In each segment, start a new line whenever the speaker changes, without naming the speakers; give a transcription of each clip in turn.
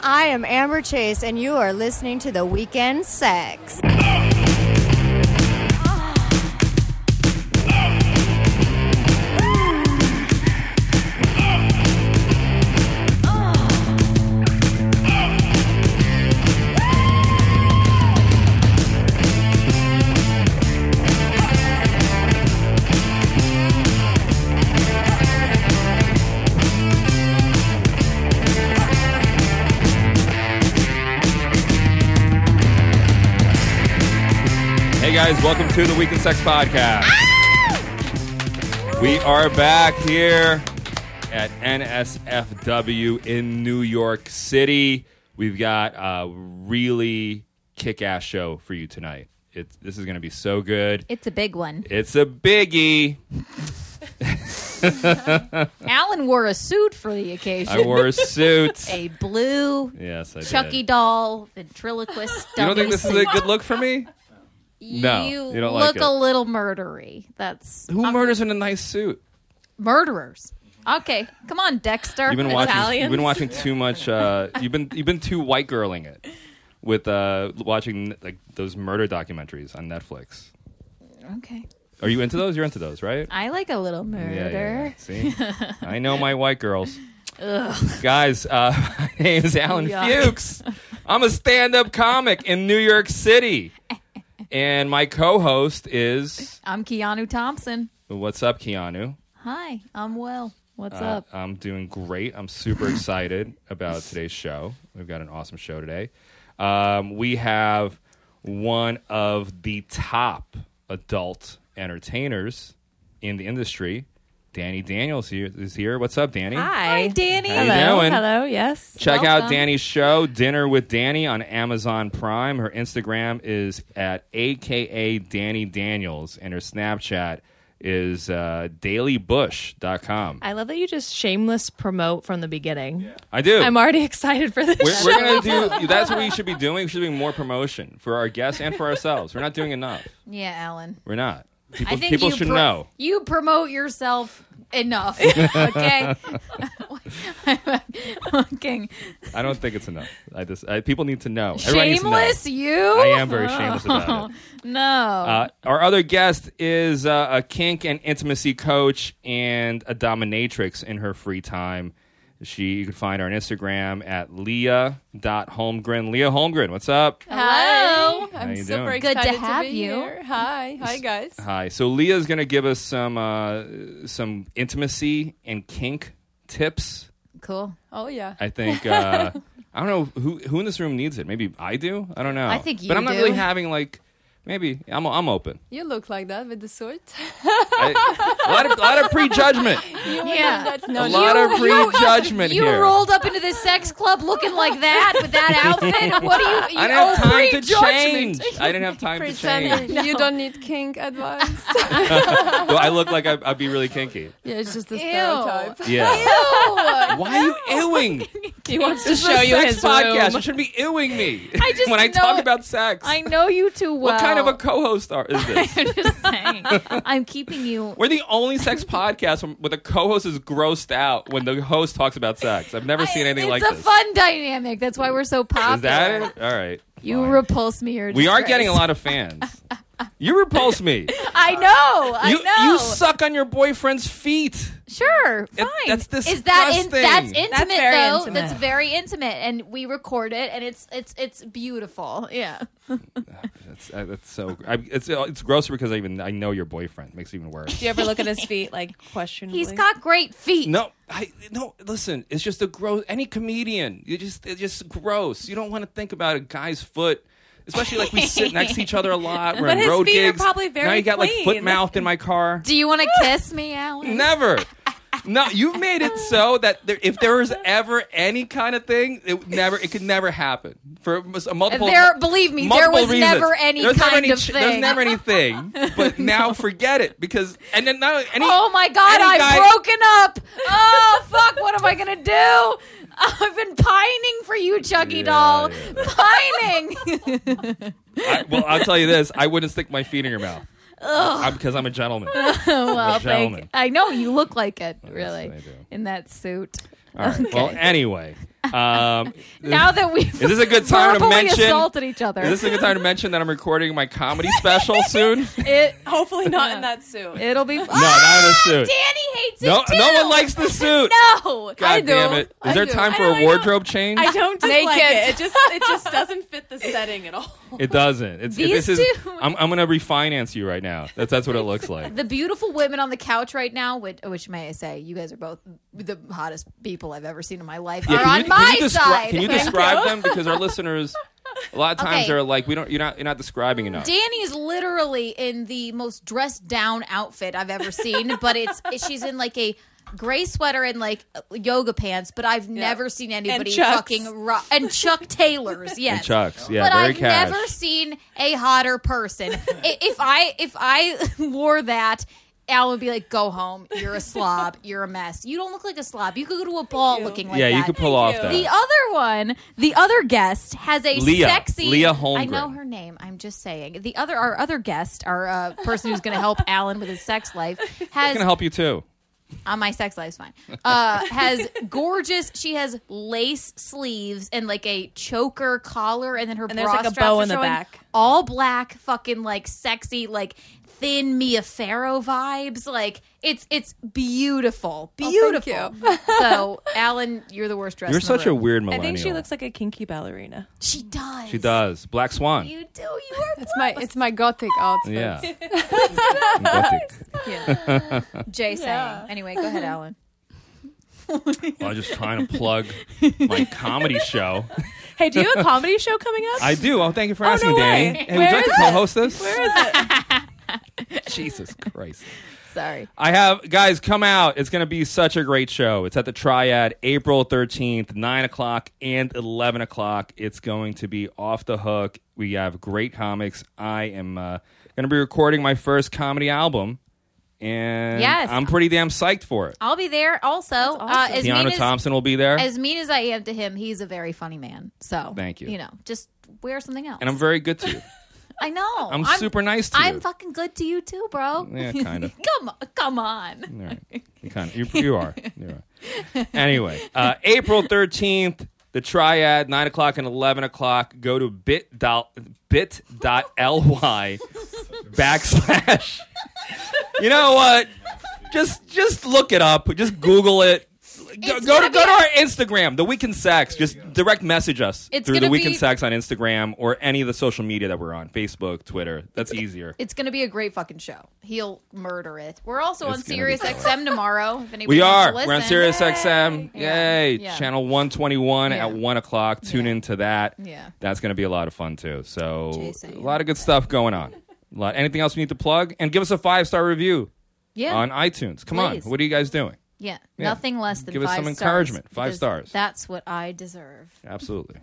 I am Amber Chase, and you are listening to The Weekend Sex.
Hey guys, welcome to the Weekend Sex Podcast. We are back here at NSFW in New York City. We've got a really kick-ass show for you tonight. It's, this is going to be so good.
It's a big one.
It's a biggie.
Alan wore a suit for the occasion.
I wore a suit.
a blue
Yes, I did.
Chucky doll ventriloquist.
You don't think
dummy
this is
suit.
a good look for me? No,
You,
you don't like
look
it.
a little murdery. That's uh,
Who murders in a nice suit?
murderers. Okay, come on, Dexter.
You've been watching.
Italians.
You've been watching too much. Uh, you've been you've been too white girling it with uh, watching like those murder documentaries on Netflix.
Okay,
Are you into those? You're into those, right?
I like a little murder.
See, I know my white girls. Guys, uh, my name is Alan
Yuck.
Fuchs. I'm a stand-up comic in New York City, and my co-host is
I'm Keanu Thompson.
What's up, Keanu?
Hi, I'm well. What's
Uh,
up?
I'm doing great. I'm super excited about today's show. We've got an awesome show today. Um, we have one of the top adult entertainers in the industry. Danny Daniels here, is here. What's up, Danny?
Hi, Danny.
How you doing?
Hello, yes.
Check out
Welcome.
Danny's show, Dinner with Danny, on Amazon Prime. Her Instagram is at AKA Danny Daniels, and her Snapchat is uh, dailybush.com.
I love that you just shameless promote from the beginning.
I do.
I'm already excited for this
We're,
show.
we're gonna do. That's what we should be doing. We should be more promotion for our guests and for ourselves. We're not doing enough.
Yeah, Alan.
We're not. People,
I think
people
you
should
pro-
know.
You promote yourself enough. Okay. Fucking
I don't think it's enough. I just I, people need to know. Everybody needs to know.
shameless, you.
I am very shameless about it.
No.
Uh, our other guest is uh, a kink and intimacy coach and a dominatrix in her free time. She you can find her on Instagram at leah.holmgren. Leah Holmgren, what's up? How
Hello.
you
I'm super
doing?
excited
Good to
to
have
be
you.
Here. Hi, hi guys.
Hi. So Leah's going to give us some uh, some intimacy and kink tips.
cool.
Oh yeah.
I think uh, I don't know who who in this room needs it. Maybe I do. I don't know.
I think
but
you
I'm not
do.
really having like maybe I'm I'm open.
You look like that with the sword.
I, a lot of a lot of prejudgment.
Yeah.
a lot of prejudgment
You
here.
rolled up into this sex club looking like that with that outfit. What do you? you
I didn't have
oh,
time to
pre-judgment.
change. I didn't have time to change.
Pretend you don't need kink advice.
Well, I look like I, I'd be really kinky.
yeah, it's just a
stereotype.
stereotype.
Yeah.
Ew.
Why are you ewing?
He wants to
This is
show
a
you
sex
his
podcast. You
room.
shouldn't be ewing me
I just
when I
know-
talk about sex.
I know you too well.
what kind of a co-host are, is this?
I'm just saying. I'm keeping you.
We're the only sex podcast where the co-host is grossed out when the host talks about sex. I've never seen anything
it's
like
a
this.
fun dynamic. That's why we're so popular.
Is that it? All right.
You
fine.
repulse me, or
we are getting a lot of fans. You repulse me.
I know. I
you
know.
you suck on your boyfriend's feet.
sure. Fine.
that's
Is that in,
disgusting.
that's intimate
That's very
though?
intimate.
That's very intimate, and we record it, and it's it's it's beautiful. Yeah.
That's, uh, that's so. I, it's uh, it's grosser because I even I know your boyfriend makes it even worse.
Do you ever look at his feet like questionably?
He's got great feet.
No, I no. Listen, it's just a gross. Any comedian, you just it's just gross. You don't want to think about a guy's foot, especially like we sit next to each other a lot. We're
But
in
his
road
feet are
gigs.
probably very
now you got like foot
clean.
mouth in my car.
Do you want to kiss me, Alan?
Never. No, you've made it so that there, if there was ever any kind of thing, it would never it could never happen for a multiple.
There, believe me, there
multiple
was
reasons.
never any
There's never
kind
any
of
ch-
thing.
There's never anything. But now forget it because and then now any.
Oh my god,
any
I've
guy-
broken up. Oh fuck, what am I gonna do? I've been pining for you, Chucky
Yeah,
doll.
yeah.
Pining.
I, well, I'll tell you this: I wouldn't stick my feet in your mouth I'm- because I'm a gentleman.
well,
gentleman.
thank, I know you look like it, really,
I do.
in that suit.
All right. Well, anyway, Um,
Now that we've
is this a good time to
verbally
mention?
assaulted each other.
Is this a good time to mention that I'm recording my comedy special soon? no,
it,
Hopefully not in that suit.
it'll be. fun.
not in a suit.
Danny hates
No,
it too.
no one likes the suit.
No.
God
I do.
damn it! Is
I
there
do.
time
I
for
don't- I
a
don't-
wardrobe change?
I don't dislike
Naked.
it. It just it just doesn't fit the setting at all.
It doesn't. It's it-
These
this is.
two-
I'm, I'm gonna refinance you right now. That's that's what it looks like.
The beautiful women on the couch right now, which, which may I say, you guys are both the hottest people I've ever seen in my life,
Yeah,
are
can
on
you- can
my
you descri-
side.
Can you describe them because our listeners, a lot of times
Okay.
they're like, we don't. You're not. You're not describing enough.
Danny's literally in the most dressed down outfit I've ever seen, but it's she's in like a gray sweater and like yoga pants. But I've never seen anybody
Chucks.
fucking ro- and Chuck Taylors, yes,
And Chucks, yeah,
but
very
I've
cash.
never seen a hotter person. I- if I if I wore that. Al would be like, "Go home. You're a slob. You're a mess. You don't look like a slob. You could go to a ball looking like
yeah,
that."
you could pull off that.
The other one, the other guest has a
Leah.
sexy.
Leah Holmgren.
I know her name. I'm just saying. The other, our other guest, our uh, person who's going to help Alan with his sex life,
I
has
can help you too.
on my sex life's fine. Uh, has gorgeous. She has lace sleeves and like a choker collar, and then her
And
bra
there's, like, a
straps
bow
are
in the
showing.
back.
All black, fucking like sexy, like thin Mia Farrow vibes. Like it's it's beautiful, beautiful. so Alan, you're the worst dressed.
You're
in the
such a
room.
weird
I
millennial.
think she looks like a kinky ballerina.
She does.
She does. Black Swan.
You do. You are.
It's my it's my gothic outfit.
yeah. Gothic.
Jay saying. Anyway, go ahead, Alan.
Well, I'm just trying to plug my comedy show.
Hey, do you have a comedy show coming up?
I do. Oh, thank you for asking,
no way.
Danny. Hey, would
Where
you like to
is it?
co-host this?
Where is it?
Jesus Christ.
Sorry.
I have guys come out. It's going to be such a great show. It's at the Triad, April thirteenth, nine o'clock and eleven o'clock. It's going to be off the hook. We have great comics. I am uh, going to be recording my first comedy album, and
Yes.
I'm pretty damn psyched for it.
I'll be there also. Uh, as mean
Tiana
as,
Thompson will be there,
as mean as I am to him, he's a very funny man. So
Thank you.
You know, just wear something else.
and I'm very good to you.
I know.
I'm, super nice to
I'm
you.
fucking good to you too, bro.
Yeah, kinda.
come on, come on.
All right. You kind of, you, you are. You are. Anyway, uh, April 13th, the triad, 9 o'clock and 11 o'clock. Go to bit dot, bit.ly backslash. You know what? Just just look it up. Just Google it. Go,
It's
go to
gonna
go
be
to
a-
our Instagram, The Weekend Sex. Just direct message us
It's
through The
gonna
Weekend
be-
Sex on Instagram or any of the social media that we're on Facebook, Twitter. That's easier.
It's gonna be a great fucking show. He'll murder it. We're also
It's
on
gonna be
Sirius XM tomorrow. If anybody
We
wants
are.
to
We're on
listen.
Sirius XM. Yay.
Yeah.
Channel 121
Yeah.
at 1 o'clock. Tune in to that.
Yeah.
That's going to be a lot of fun, too. So,
Jason.
a lot of good stuff going on. A lot. Anything else we need to plug? And give us a five star review
Yeah.
on iTunes. Come
Please.
on. What are you guys doing?
yeah.
Yeah.
Nothing less than
Give us
five
some
stars
encouragement. Five
because
stars.
That's what I deserve.
Absolutely.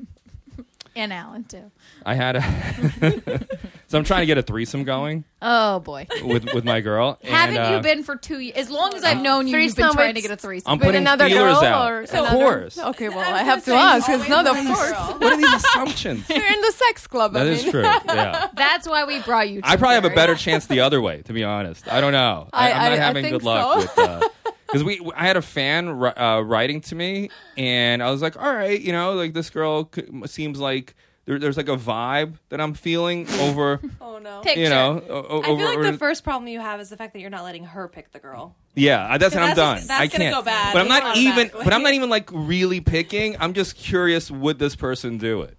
And Alan too.
I had a. so, I'm trying to get a threesome going
Oh boy.
with, with my girl. and,
Haven't
uh,
you been for two years? As long as I've known you, you've been
threesome
trying
with-
to get a threesome.
I'm
With
putting
another
feelers
girl
out.
or
of
another-
course.
Okay, well I have to ask. It's not of course.
What are these assumptions?
You're in the sex club.
that
I
is
mean.
true. Yeah.
That's why we brought you.
I probably have a
Jerry.
better chance the other way, to be honest. I don't know. I, I,
I-
am not
I- I
having
think
good luck with because we. I had a fan ri- uh, writing to me, and I was like, "All right, you know, like this girl c- seems like there, there's like a vibe that I'm feeling over,
Oh no.
Pick-
you know, o- o-
I
over,
feel like
over-
the first problem you have is the fact that you're not letting her pick the girl.
yeah. I- That's, and I'm
That's
done.
just- that's
I
gonna
can't.
go bad
But I'm not even.
automatically.
But I'm not even like really picking. I'm just curious. Would this person do it?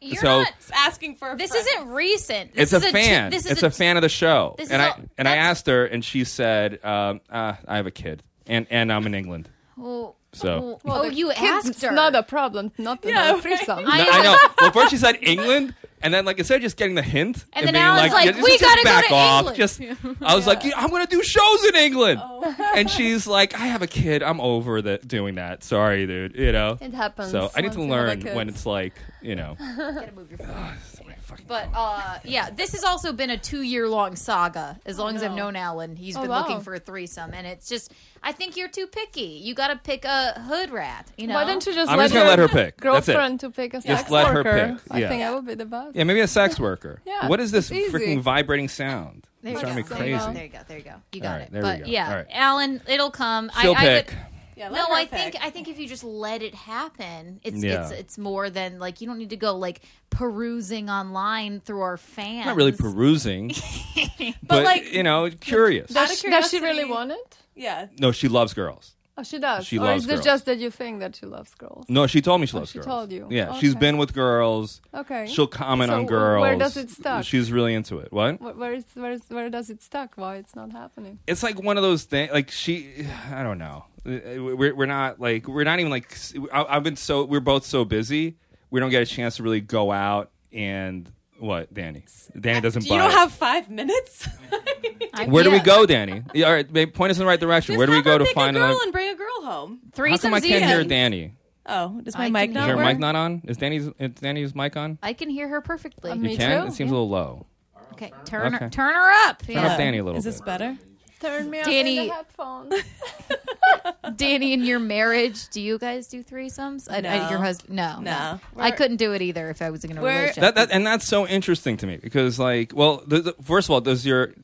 You're
so-
not.
It's asking for a
This
friend.
isn't recent.
It's
This
a
is
fan.
Two, this is
it's a, fan of the show.
This
and
is
I
all-
and I
that's-
asked her, and she said, um, uh, "I have a kid, and and I'm in England."
Well,
So-
well, oh, you asked
It's
her.
not a problem. Not to have threesome.
I-
No, I know. Well, first she said England, and then like instead of just getting the hint
And then Alan's like,
just,
"We
just
gotta go
back
to
off,"
England.
just I was like, "Yeah, I'm gonna do shows in England,
Oh.
and she's like, I have a kid. I'm over that doing that. Sorry, dude. You know,
It happens
So I need
once
to
you have a
learn
kid.
when it's like, you know,
Gotta move your phone. But uh, yeah, this has also been a two-year-long saga. As long as I've known Alan, he's been
Oh, wow.
looking for a threesome, and it's just I think you're too picky. You got to pick a hood rat. You know,
Why don't you just
I'm
let,
just gonna
your
let her pick. That's it.
girlfriend to pick a sex
let her
worker?
pick.
I
Yeah.
think I would be the best.
yeah, maybe a sex worker.
Yeah,
what is this
it's easy.
freaking vibrating sound?
There
it's
you,
driving me
go. "Oh, There you go.
crazy.
There you go. There you go. You got
All right,
it.
there we
but
go.
yeah,
All right.
Alan, it'll come.
She'll
I, I
pick.
could,
Yeah, let
No,
her
I
pick.
think I think if you just let it happen, it's
Yeah.
it's it's more than like you don't need to go like perusing online through our fans.
Not really perusing, but,
like,
you know, curious.
Out
Does
of
she, does she really
curiosity-
want it?
Yeah.
No, she loves girls.
Oh, she does.
She
or
loves
is it
girls.
just that you think that she loves girls?
No, she told me she loves
she
girls.
told you.
Yeah, she's
Okay.
been with girls.
Okay.
She'll comment
So
on
where
girls.
does it start?
She's really into it. What?
Where, where is where is where does it stuck? Why it's not happening?
It's like one of those things. Like she, I don't know. We're we're not like we're not even like. I- I've been so we're both so busy. We don't get a chance to really go out and what, Danny? Danny doesn't.
Do
buy
you don't
it.
have five minutes?
I-
Where do we
yeah.
go, Danny? Yeah, all right, babe, point us in the right direction.
Just
Where do we
have her
go to
pick
find
a girl
another?
and bring a girl home?
How come I
Threesomes
can't hear
easy.
Danny?
Oh, does
I
my
can
mic
Is
not
your
work?
mic not on? Is Danny's is Danny's mic on?
I can hear her perfectly.
Um, Me
you can.
too,
It seems a little low.
okay, turn her
Okay.
turn her up.
Turn up
Yeah.
Danny a little
Is this
bit.
better?
Turn me
up in the Danny-
headphones.
Danny, in your marriage, do you guys do threesomes? I, I,
No.
your husband? No,
No.
I couldn't do it either if I was in a
We're-
relationship.
That, that and that's so interesting to me because like, well, the, the, first of all, does your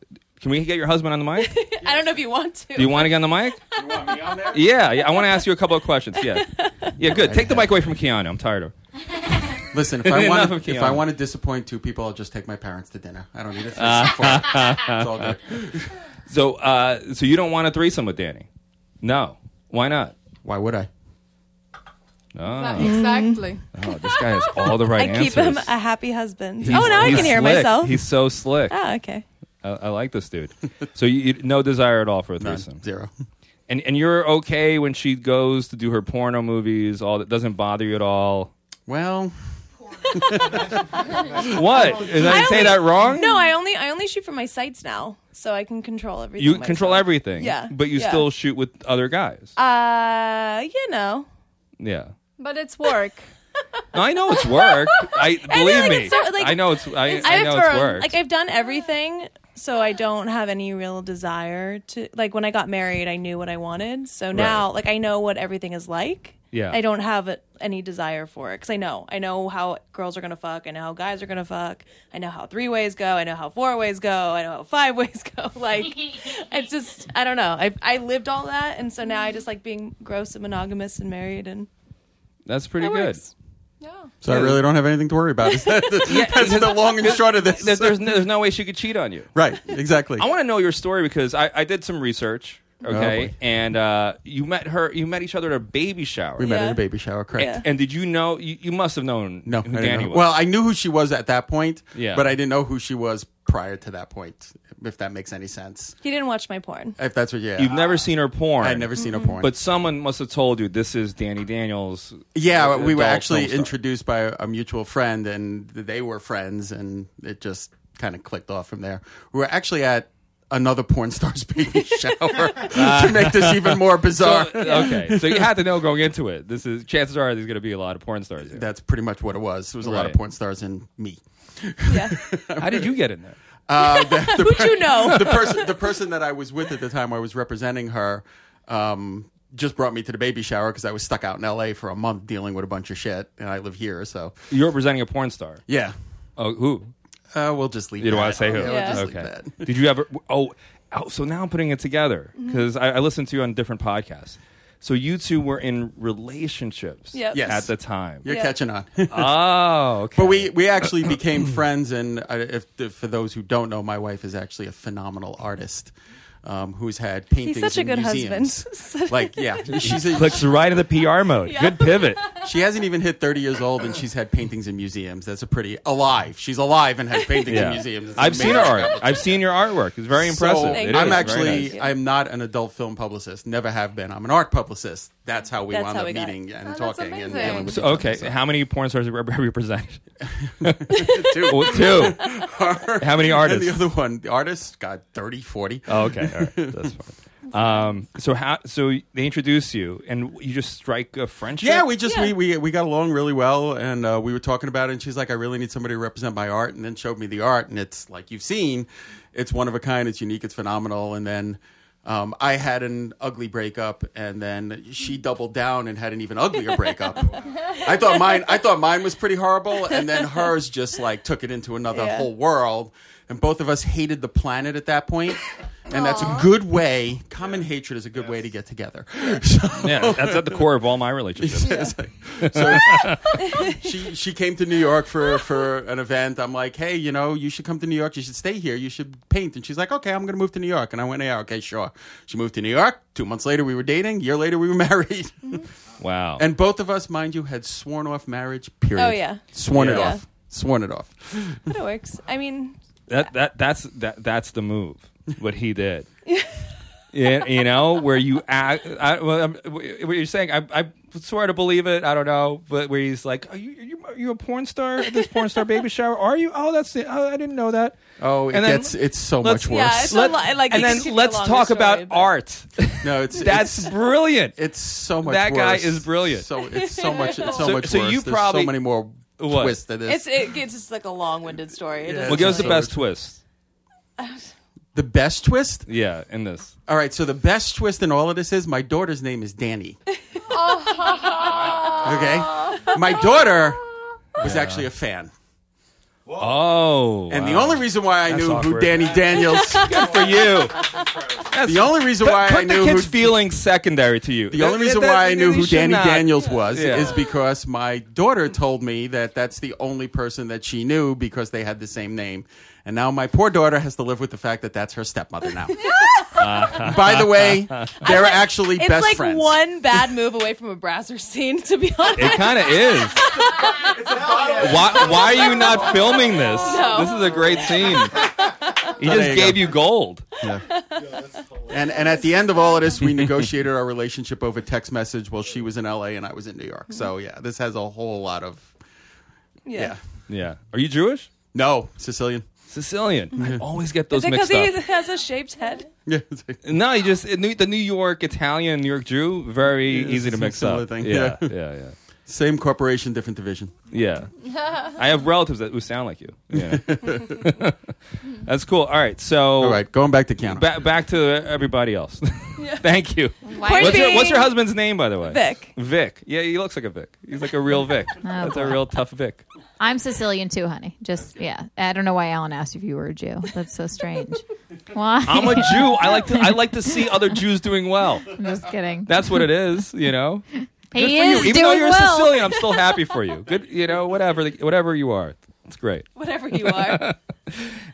can we get your husband on the mic? Do
I don't know if you want to.
you want to get on the mic?
You want me on there?
Yeah, yeah. I want to ask you a couple of questions. Yeah, yeah. Good. Take the mic away from Keanu. I'm tired of. Her.
Listen, if I
Enough
want
of
to, if
Keanu.
I want to disappoint two people, I'll just take my parents to dinner. I don't need a threesome for it. It's all good.
So, uh, so you don't want a threesome with Danny? No. Why not?
Why would I?
Oh,
exactly.
oh this guy has all the
I
right answers.
keep him a happy husband.
He's-
oh, now I
he's
can hear
slick.
myself.
He's so slick.
ah, okay.
I, I like this dude. So you, you no desire at all for a
None.
threesome,
Zero.
and and you're okay when she goes to do her porno movies. All that doesn't bother you at all.
Well,
What? Did I,
I
say
only-
that wrong?
No, I only I only shoot for my sites now, so I can control everything.
You control
myself.
everything.
Oh Yeah,
But you
yeah.
still shoot with other guys.
Uh, you know.
yeah.
But it's work.
No, I know it's work. I believe
like,
me.
it's so- like,
I know it's. I, I
I've
know it's
thrown-
work.
Like I've done everything, so I don't have any real desire to. Like when I got married, I knew what I wanted. So now, like I know what everything is like.
Yeah.
I don't have it- any desire for it because I know I know how girls are gonna fuck. I know how guys are gonna fuck. I know how three ways go. I know how four ways go. I know how five ways go. Like it's just I don't know. I I lived all that, and so now I just like being gross and monogamous and married and
That's pretty
That
good.
works.
Yeah.
so I really don't have anything to worry about. Is that the, that's the long and short of this?
There- there's no, there's no way she could cheat on you.
right. Exactly.
I want to know your story because I, I did some research. Okay,
boy.
and uh, you met her. You met each other at a baby shower.
we met
Yeah.
at a baby shower. Correct.
Yeah.
And did you know? You, you must have known
No, I
who
didn't
Danny
know.
was.
Well, I knew who she was at that point,
Yeah.
but I didn't know who she was prior to that point. If that makes any sense.
he didn't watch my porn.
If that's what yeah.
you've never seen her porn.
I had never seen a porn.
But someone must have told you this is Danny Daniels.
Yeah,
uh,
we were
adult
actually
film star.
introduced by a mutual friend, and they were friends, and it just kind of clicked off from there. We were actually at another porn star's baby shower to make this even more bizarre.
okay, so uh, you had to know going into it. This is chances are there's going to be a lot of porn stars. Here.
That's pretty much what it was. There was a lot of
Right.
porn stars and me.
Yeah.
How did you get in there?
Uh, the, the
Who'd you know?
the person the person that I was with at the time I was representing her um, just brought me to the baby shower because I was stuck out in L.A. for a month dealing with a bunch of shit, and I live here, so
You're representing a porn star.
yeah.
Oh, who?
Uh, we'll just leave.
You don't
that.
want to say who?
Yeah, we'll
Yeah.
just leave
okay.
that.
Did you ever? Oh, oh, so now I'm putting it together because I, I listened to you on different podcasts. So you two were in relationships
Yep.
Yes.
at the time.
You're
Yeah.
catching on.
Oh, okay.
But we, we actually became friends, and I, if, if for those who don't know, my wife is actually a phenomenal artist um, who's had paintings.
such a
in
good
museums.
husband.
like, yeah, she's a,
clicks right in the PR mode. Good pivot.
she hasn't even hit thirty years old, and she's had paintings in museums. That's a pretty alive. She's alive and has paintings in museums. It's
I've seen her
amazing.
art. I've seen your artwork. It's very
So,
impressive. It is.
I'm
Very
actually
nice.
I'm not an adult film publicist. Never have been. I'm an art publicist. That's how we
That's
wound
how
up
we got
meeting and
that's
talking and
amazing.
dealing with
So,
each other.
okay.
So,
How many porn stars are rep- represented?
two.
Well, two. How many
And
artists?
the other one, the artist, got 30, 40.
Oh, okay. All right. That's fine. Um, so how? So they introduce you, and you just strike a friendship.
Yeah, we just We, we we got along really well, and uh, we were talking about it. And she's like, "I really need somebody to represent my art," and then showed me the art, and it's like you've seen, it's one of a kind, it's unique, it's phenomenal. And then um, I had an ugly breakup, and then she doubled down and had an even uglier breakup. I thought mine, I thought mine was pretty horrible, and then hers just like took it into another
Yeah.
whole world. And both of us hated the planet at that point. and that's a good way. Common hatred is a good way to get together. So,
Yeah, that's at the core of all my relationships.
so she she came to New York for for an event. I'm like, hey, you know, you should come to New York. You should stay here. You should paint. And she's like, okay, I'm gonna move to New York. And I went, yeah, okay, sure. She moved to New York. Two months later, we were dating. year later, we were married.
Mm-hmm.
Wow.
And both of us, mind you, had sworn off marriage. Period.
Oh, yeah.
sworn it
Yeah.
off. Sworn it off.
But it works. I mean,
that that that's that that's the move. What he did. yeah, you know where you act. I, well, I'm, what you're saying, I, I swear to believe it. I don't know, but where he's like, are you, are you are you a porn star at this porn star baby shower? Are you? Oh, that's the. Oh, I didn't know that.
Oh, it
And then
gets it's so
let's-
much worse.
yeah, it's a lot. Like,
and
it
then
could be a
let's
longer
talk
story,
about
but-
art.
no, it's
That's brilliant.
It's so much.
That guy
worse.
is brilliant.
So it's so much. It's so,
So-
much
so
worse.
you
There's
probably-
so many more
What?
twists to
It's
this.
it, it's just like a long-winded story. It
Yeah.
doesn't
well, give us the
really-
best twist.
the best twist.
Yeah, in this.
All right. So the best twist in all of this is my daughter's name is Danny. okay. My daughter was actually a fan,
Oh,
and the
wow.
only reason why I
That's
knew who
awkward.
Danny Daniels.
Good for you. That's
The only reason
Put-
why
put
I knew
the kid's
who
feelings secondary to you.
The only
That-
reason
that-
why I knew
you
who
should
Danny
not-
Daniels was
Yeah.
is because my daughter told me that that's the only person that she knew because they had the same name. And now my poor daughter has to live with the fact that that's her stepmother now. By the way, they're actually
It's
best
like
friends.
one bad move away from a Brasser scene, to be honest.
It kind of is. why, why are you not filming this? This is a great scene. He
there
just
you
gave
go.
you gold.
And and at the end of all of this, we negotiated our relationship over text message while she was in LA and I was in New York. So yeah, this has a whole lot of yeah.
Yeah. Are you Jewish?
No, Sicilian.
Sicilian. I always get those
Is it because
mixed
he
up.
has a shaped head?
Yeah. it's like-
No, you just New- the New York Italian, New York Jew, very easy to
it's a
mix
similar
up.
thing.
Yeah,
Yeah.
yeah, yeah,
Same corporation, different division.
yeah. I have relatives that who sound like you. Yeah. That's cool. All right, so
All right, going back to Keanu.
ba- Oh. back to everybody else. Thank you.
Point
What's your,
being-
what's your husband's name, by the way?
Vic.
Vic. Yeah, he looks like a Vic. He's like a real Vic. That's a real tough Vic.
I'm Sicilian too, honey. Just yeah. I don't know why Alan asked if you were a Jew. That's so strange. Why?
I'm a Jew. I like to I like to see other Jews doing well.
I'm just kidding.
That's what it is, you know. Good
he
for you.
is
Even
doing
though you're
well.
Sicilian, I'm still happy for you. Good, you know, whatever whatever you are. It's great.
Whatever you are.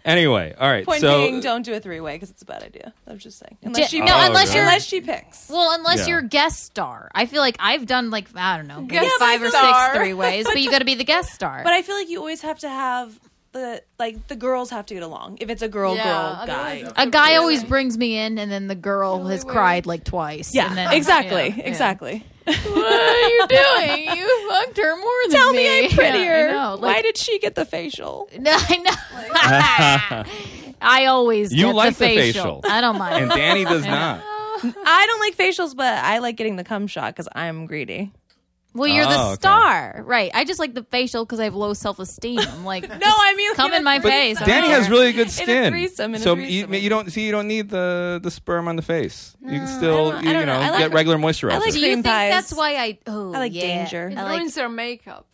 Anyway, all right.
Point
so
being, don't do a three way because it's a bad idea. I'm just saying. Unless
Ju-
she,
no,
Oh,
unless
yeah.
you're
unless she picks.
well, unless
Yeah.
you're guest star. I feel like I've done like I don't know, maybe
Guest
five or
star.
six three ways, but you got to be the guest star.
But I feel like you always have to have the like the girls have to get along. If it's a girl,
Yeah,
girl,
otherwise
guy.
it's-
A guy always brings me in, and then the girl has
weird.
cried like twice.
Yeah,
and then,
exactly,
yeah, yeah.
exactly.
What are you doing? You fucked her more than
Tell
me.
me I'm
Yeah, I
prettier.
know,
Why
like-
did she get the facial?
No, I know. I always
You
get
like
the
the facial.
facial. I don't mind.
and Danny does not.
I don't like facials, but I like getting the cum shot because I'm greedy.
Well, you're the
Oh, okay.
star, right? I just like the facial because I have low self esteem. I'm like,
No, I mean
come in my
but
face.
Danny
I'm
has
sorry.
really good
In a
skin.
threesome, in a
so
threesome.
You, you don't see you don't need the the sperm on the face. you can still
I don't-
you,
I don't
you know
know. I like-
get regular moisturizer.
I like-
Do you
cream
think
pies.
that's why I? Oh,
I like
yeah.
danger.
It
I like-
ruins their makeup.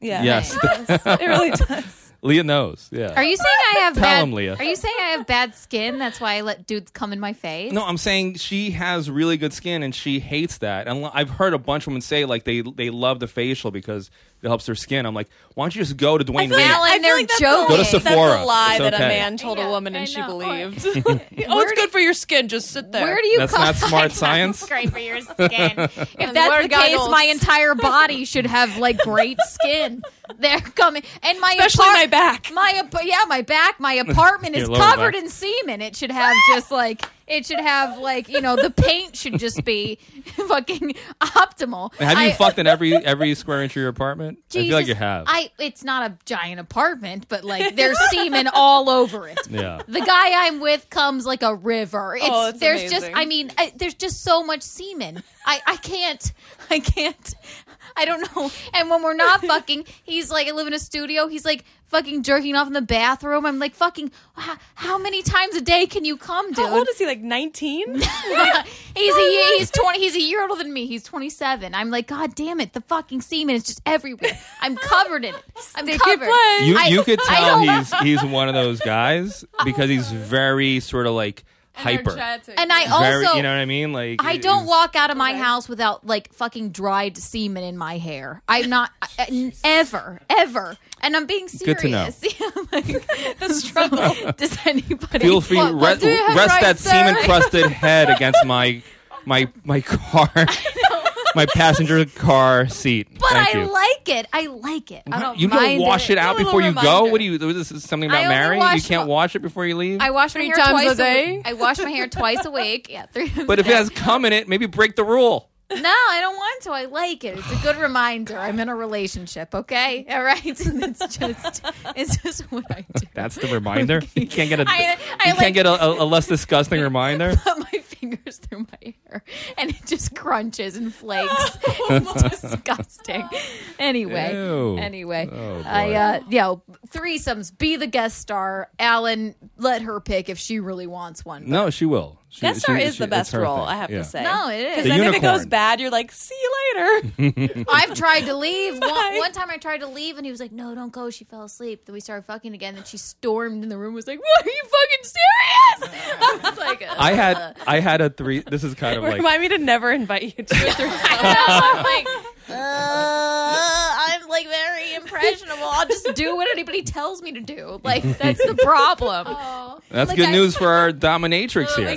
Yeah,
yes,
it really does.
Leah knows. Yeah.
Are you saying I have
Tell
bad?
him, Leah.
Are you saying I have bad skin? That's why I let dudes come in my face.
No, I'm saying she has really good skin and she hates that. And l- I've heard a bunch of women say like they they love the facial because it helps their skin. I'm like, why don't you just go to Dwayne Wade?
Alan, they're
that's
joking.
A,
Go to
That's
Sephora.
a lie
It's
that a
okay.
man told
Yeah,
a woman
I
and she
know.
believed. oh, it's good for your skin. Just sit there.
Where do you
That's
come?
not smart
That's
science.
Great for your skin. If
And
that's
we're
the case,
goggles.
my entire body should have like great skin. They're coming, and my
Especially
apart-
my back.
My ap- yeah, my back. My apartment
Your
is
lower
covered
back.
in semen. It should have just like it should have like you know the paint should just be fucking optimal.
have you
I-
fucked in every every square inch of your apartment? I feel like
Jesus,
you have.
I it's not a giant apartment, but like there's semen all over it.
yeah.
The guy I'm with comes like a river. It's,
Oh, it's
there's
amazing.
just I mean I, there's just so much semen. I I can't I can't I don't know. And when we're not fucking, he's like I live in a studio. He's like fucking jerking off in the bathroom. I'm like fucking how, how many times a day can you come, dude?
How old is he? Like 19?
he's a year, he's twenty. He's a year older than me. He's twenty seven. I'm like, God damn it! The fucking semen is just everywhere. I'm covered in it. I'm covered.
play.
You
I-
you could
I
tell
don't-
he's he's one of those guys because he's very sort of like hyper.
Energetic.
And I
Very,
also
you know what I mean? Like uh,
I
it
don't
is-
walk out of my house without like fucking dried semen in my hair. I'm not I- I- n- ever, ever, and I'm being
Good
serious.
to know.
Yeah, like, the struggle. Does anybody
Feel free
What- what
rest,
do you have
rest
right
that
there?
semen crusted head against my my my car, my passenger car seat.
But
Thank
I
you.
like it. I like it. I don't
you
mind
don't wash it, out
It's a
before you
little
go.
reminder.
What do you? This is something
I
about
only
marrying. You
wash
can't
my-
wash it before you leave.
I wash my
Three
hair
times
twice
a day?
I wash my hair twice a week. Yeah, three.
but if it has cum in it, maybe break the rule.
No, I don't want to. I like it. It's a good reminder. I'm in a relationship. Okay, all right. It's just, it's just what I do.
That's the reminder. You can't get a
I- I
you
like-
can't get a, a, a less disgusting reminder.
Put my fingers through my hair, and it just crunches and flakes. it's disgusting. Anyway,
Ew.
anyway,
Oh, boy.
I uh, yeah, threesomes. Be the guest star. Alan, let her pick if she really wants one.
No, she will. She,
Guest star
she-
is
she-
the
it's
best
her
role,
thing.
I have
Yeah.
to say.
No, it is.
Because then if it goes
unicorn.
bad, you're like, see you later.
I've tried to leave. One, one time I tried to leave and he was like, no, don't go. She fell asleep. Then we started fucking again. Then she stormed in the room was like, what? Are you fucking serious? I was like, uh,
I had I had a three. This is kind of like
Remind me to never invite you to it.
I'm like, uh, I'm like very impressionable. I'll just do what anybody tells me to do. Like, that's the problem.
that's
like
good
I-
news for our dominatrix here.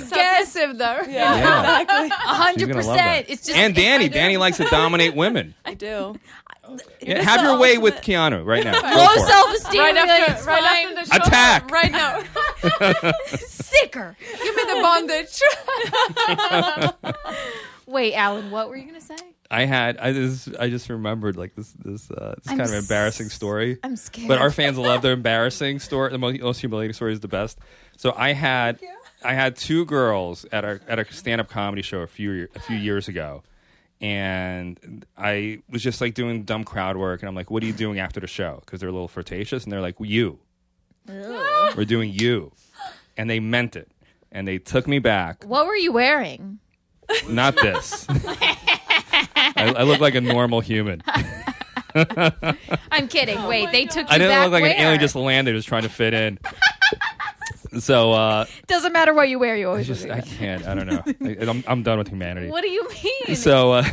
Submissive though.
Yeah.
Exactly.
She's
100%.
gonna love that.
It's just.
and Danny, Danny likes to dominate women.
I do.
Yeah, have your way with Keanu right now. Go
Low
for it.
self esteem.
Right after,
it's
right
fine.
after the show.
Attack.
Right now.
Sicker.
Give me the bondage.
Wait, Alan, what were you going to say?
I had I just I just remembered like this this uh, this
I'm
kind of embarrassing
s-
story.
I'm scared.
But our fans love their embarrassing story. The most, most humiliating story is the best. So I had I had two girls at our at a stand up comedy show a few year- a few years ago, and I was just like doing dumb crowd work, and I'm like, "What are you doing after the show?" Because they're a little flirtatious, and they're like, "You, we're doing you," and they meant it, and they took me back.
What were you wearing?
Not this. I, I look like a normal human.
I'm kidding. Wait, they took you
I didn't
back
look like an
where?
alien just landed, was trying to fit in. so uh,
Doesn't matter what you wear, you always
just
look
I
like
can't. I don't know. I, I'm I'm done with humanity.
that. What do you mean? Hmm.
So uh,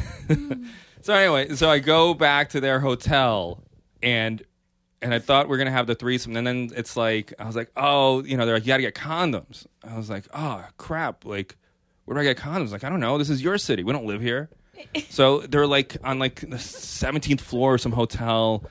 so anyway, so I go back to their hotel and and I thought we are gonna have the threesome, and then it's like I was like, oh, you know, they're like, you gotta get condoms. I was like, oh crap, like where do I get condoms? Like I don't know. This is your city. We don't live here. so they're like on like the seventeenth floor of some hotel.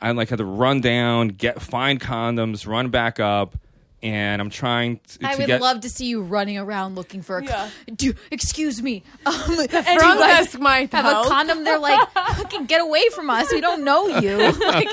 I like had to run down, get find condoms, run back up, and I'm trying t- to
I would
get.
love to see you running around looking for a.
Yeah.
con Do excuse me. Um, do
Front
you guys
desk might
have
help.
a condom. They're like, fucking get away from us. We don't know you. Like,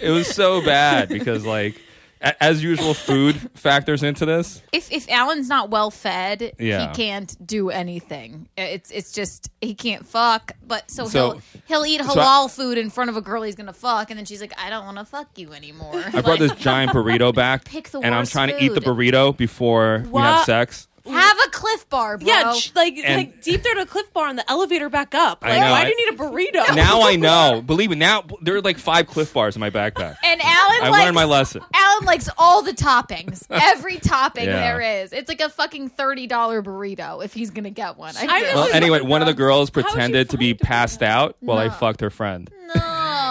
it was so bad because like a- as usual food factors into this
if if Alan's not well fed,
Yeah.
he can't do anything. It's it's just he can't fuck. But so,
So-
he'll he'll eat
so I-
halal food in front of a girl he's gonna fuck, and then she's like, I don't want to fuck you anymore.
i brought this giant burrito back
Pick the
and i'm
worst
trying to eat the
food.
burrito before we have
What?
sex
Have a Cliff Bar, bro.
Yeah, ch- like
And-
like deep throat a cliff bar on the elevator back up.
I
Like,
know,
why
I-
do you need a burrito?
now i know believe me now there are like five cliff bars in my backpack
And Alan
i
likes
learned my lesson
Alan likes all the toppings, every topping
Yeah.
there is. It's like a fucking thirty dollar burrito if he's gonna get one. I
I
feel.
was-
well
is
anyway one of the girls
you
pretended to be
find a
passed out while i fucked her friend
no.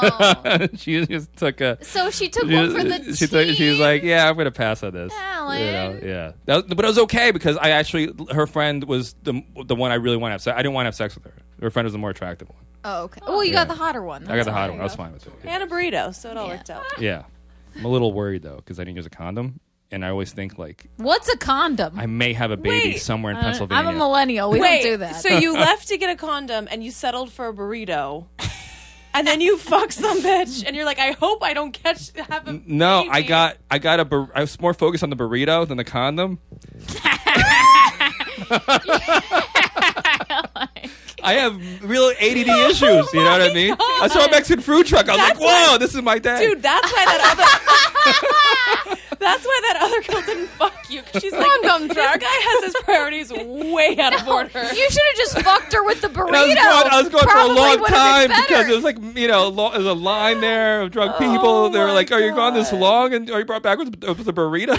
she just took a
So she took
she,
one for the
she took- she was
team.
like, "Yeah, I'm gonna pass on this."
Alan.
You know, yeah, That was- but it was okay because I actually her friend was the the one I really want to have sex. I didn't want to have sex with her. Her friend was the more attractive one.
Oh, okay. Well, you
Yeah.
got the hotter one.
I got
That's
the
all
hot
right.
one. I was fine with it. Yeah.
and a burrito, so it all worked out.
Yeah. I'm a little worried though because I didn't use a condom, and I always think like
What's a condom?
I may have a baby
Wait.
somewhere in
uh, I'm
Pennsylvania.
a millennial. We
Wait,
don't do that.
so you left to get a condom and you settled for a burrito. And then you fuck some bitch, and you're like, I hope I don't catch have a
no, I
baby."
got I got a bur- I was more focused on the burrito than the condom. I have real ADD issues. You know what I mean? I saw a Mexican food truck. I was like, "Whoa, this is my dad."
dude. That's why that That's why that other girl didn't fuck you. 'cause She's like,
Condom
this
drug."
guy has his priorities way out of order.
You should have just fucked her with the burrito.
And I was going, I was going for a
Probably
long
would've been
time
better.
because it was like you know lo- there's a line there of drunk people. They were
my
like, "Are you gone this long? And are you brought back with, with the burrito?"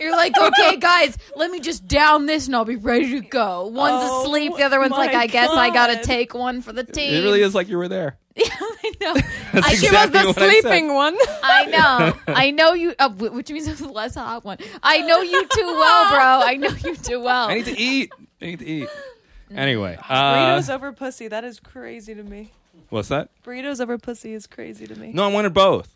You're like, okay, guys, let me just down this and I'll be ready to go. One's
Oh,
asleep, the other one's
my
like, I guess I gotta
God.
take one for the team.
It really is like you were there.
I know.
That's
I,
She was
Exactly
the
what I said.
sleeping one.
I know. I know you, uh, wh- which means I'm the less hot one. I know you too well, bro. I know you too well.
I need to eat. I need to eat. Anyway, uh,
Burritos over pussy. That is crazy to me.
what's that?
Burritos over pussy is crazy to me.
No, I wanted both.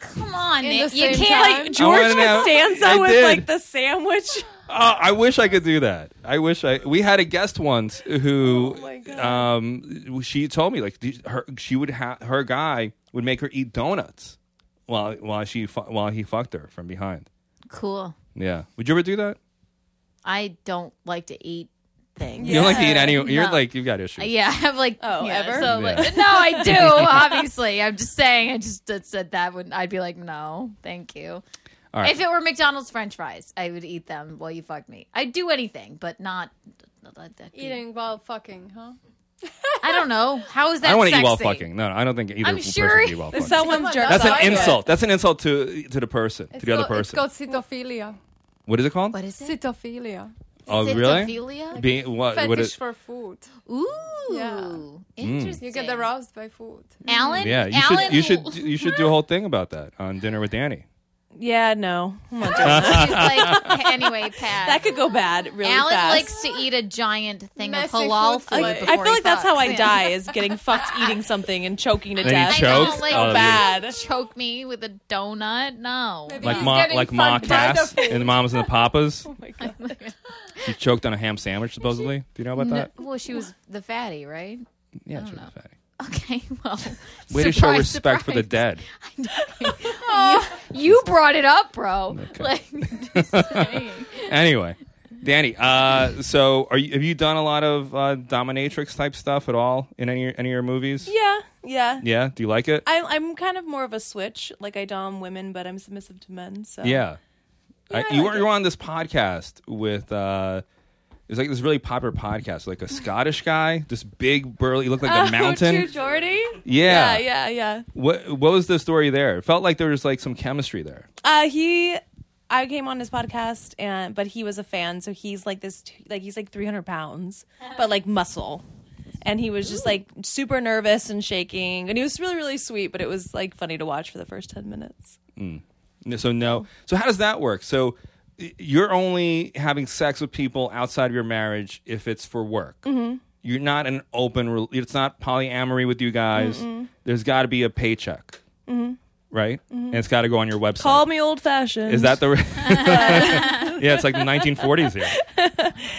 Come on, Nick.
the
You
same
can't.
time.
Like
I
George
wanna know- I
Costanza with
did.
like the sandwich.
Uh, I wish I could do that. I wish I. We had a guest once who,
Oh my God.
um, she told me like the- her she would have her guy would make her eat donuts while while she fu- while he fucked her from behind.
Cool.
Yeah, would you ever do that?
I don't like to eat things.
You don't like to eat any.
Yeah.
You're
No. Uh,
like you've got issues.
Yeah, I'm like
Oh,
yeah,
ever?
Yeah.
So like, no, I do. Obviously, I'm just saying. I just that said that would I'd be like, no, thank you.
All right.
If it were McDonald's French fries, I would eat them while you fucked me. I'd do anything, but not. that'd be-
Eating while fucking, huh?
I don't know. How is that?
I don't want to
sexy?
eat while fucking. No, no, I don't think either
I'm
person
sure-
would eat while fucking.
Someone's jerk.
That's
I
an
do it.
insult. That's an insult to to the person, to the other
called-
person.
It's called cetophilia.
What is it called?
What is it?
Cetophilia.
oh, really?
Cetophilia?
Being what?
Fetish
what is,
for food.
Ooh,
Yeah.
interesting.
You get aroused by food.
Alan.
Hmm. yeah, you
Alan,
should you should you should do a whole thing about that on dinner with Danny.
Yeah, no. I'm not doing that.
She's like, anyway, pass.
that could go bad really
Alan
fast.
likes to eat a giant thing
Messy
of halal
food
food.
plate.
before
I feel
he
like that's how I
fucks.
die is getting fucked eating something and choking to
Then you
death.
I
choke.
know,
Chokes?
like,
Oh,
bad.
Choke me with a donut? No.
Maybe
like
He's
ma,
getting
like ma
fucked by the
Cass
food.
and the mamas and the papas.
Oh my God.
She choked on a ham sandwich supposedly. Do you know about that?
Well, she was the fatty, right?
Yeah, she was fatty.
Okay, well.
Way to show
surprise,
respect for the
surprise.
dead.
You, you brought it up, bro.
Okay.
Like, just saying.
Anyway, Danny, uh, so are you, have you done a lot of uh, dominatrix type stuff at all in any any of your movies?
Yeah, yeah.
Yeah? do you like it?
I'm I'm kind of more of a switch. Like I dom women, but I'm submissive to men. So
yeah. I,
I
you,
like
were, you were on this podcast with uh, it was like this really popular podcast, like a Scottish guy, this big burly, he looked like a mountain.
Jordy.
Yeah.
yeah, yeah, yeah.
What what was the story there? It felt like there was like some chemistry there.
Uh, he, I came on his podcast, and but he was a fan, so he's like this, t- like he's like 300 pounds, but like muscle, and he was just like super nervous and shaking, and he was really really sweet, but it was like funny to watch for the first 10 minutes.
No, So no. So how does that work? So y- you're only having sex with people outside of your marriage if it's for work. Mm-hmm. You're not an open. rel- It's not polyamory with you guys. There's got to be a paycheck, mm-hmm. right? And it's got to go on your website.
Call me old fashioned.
Is that the? yeah, it's like the 1940s here.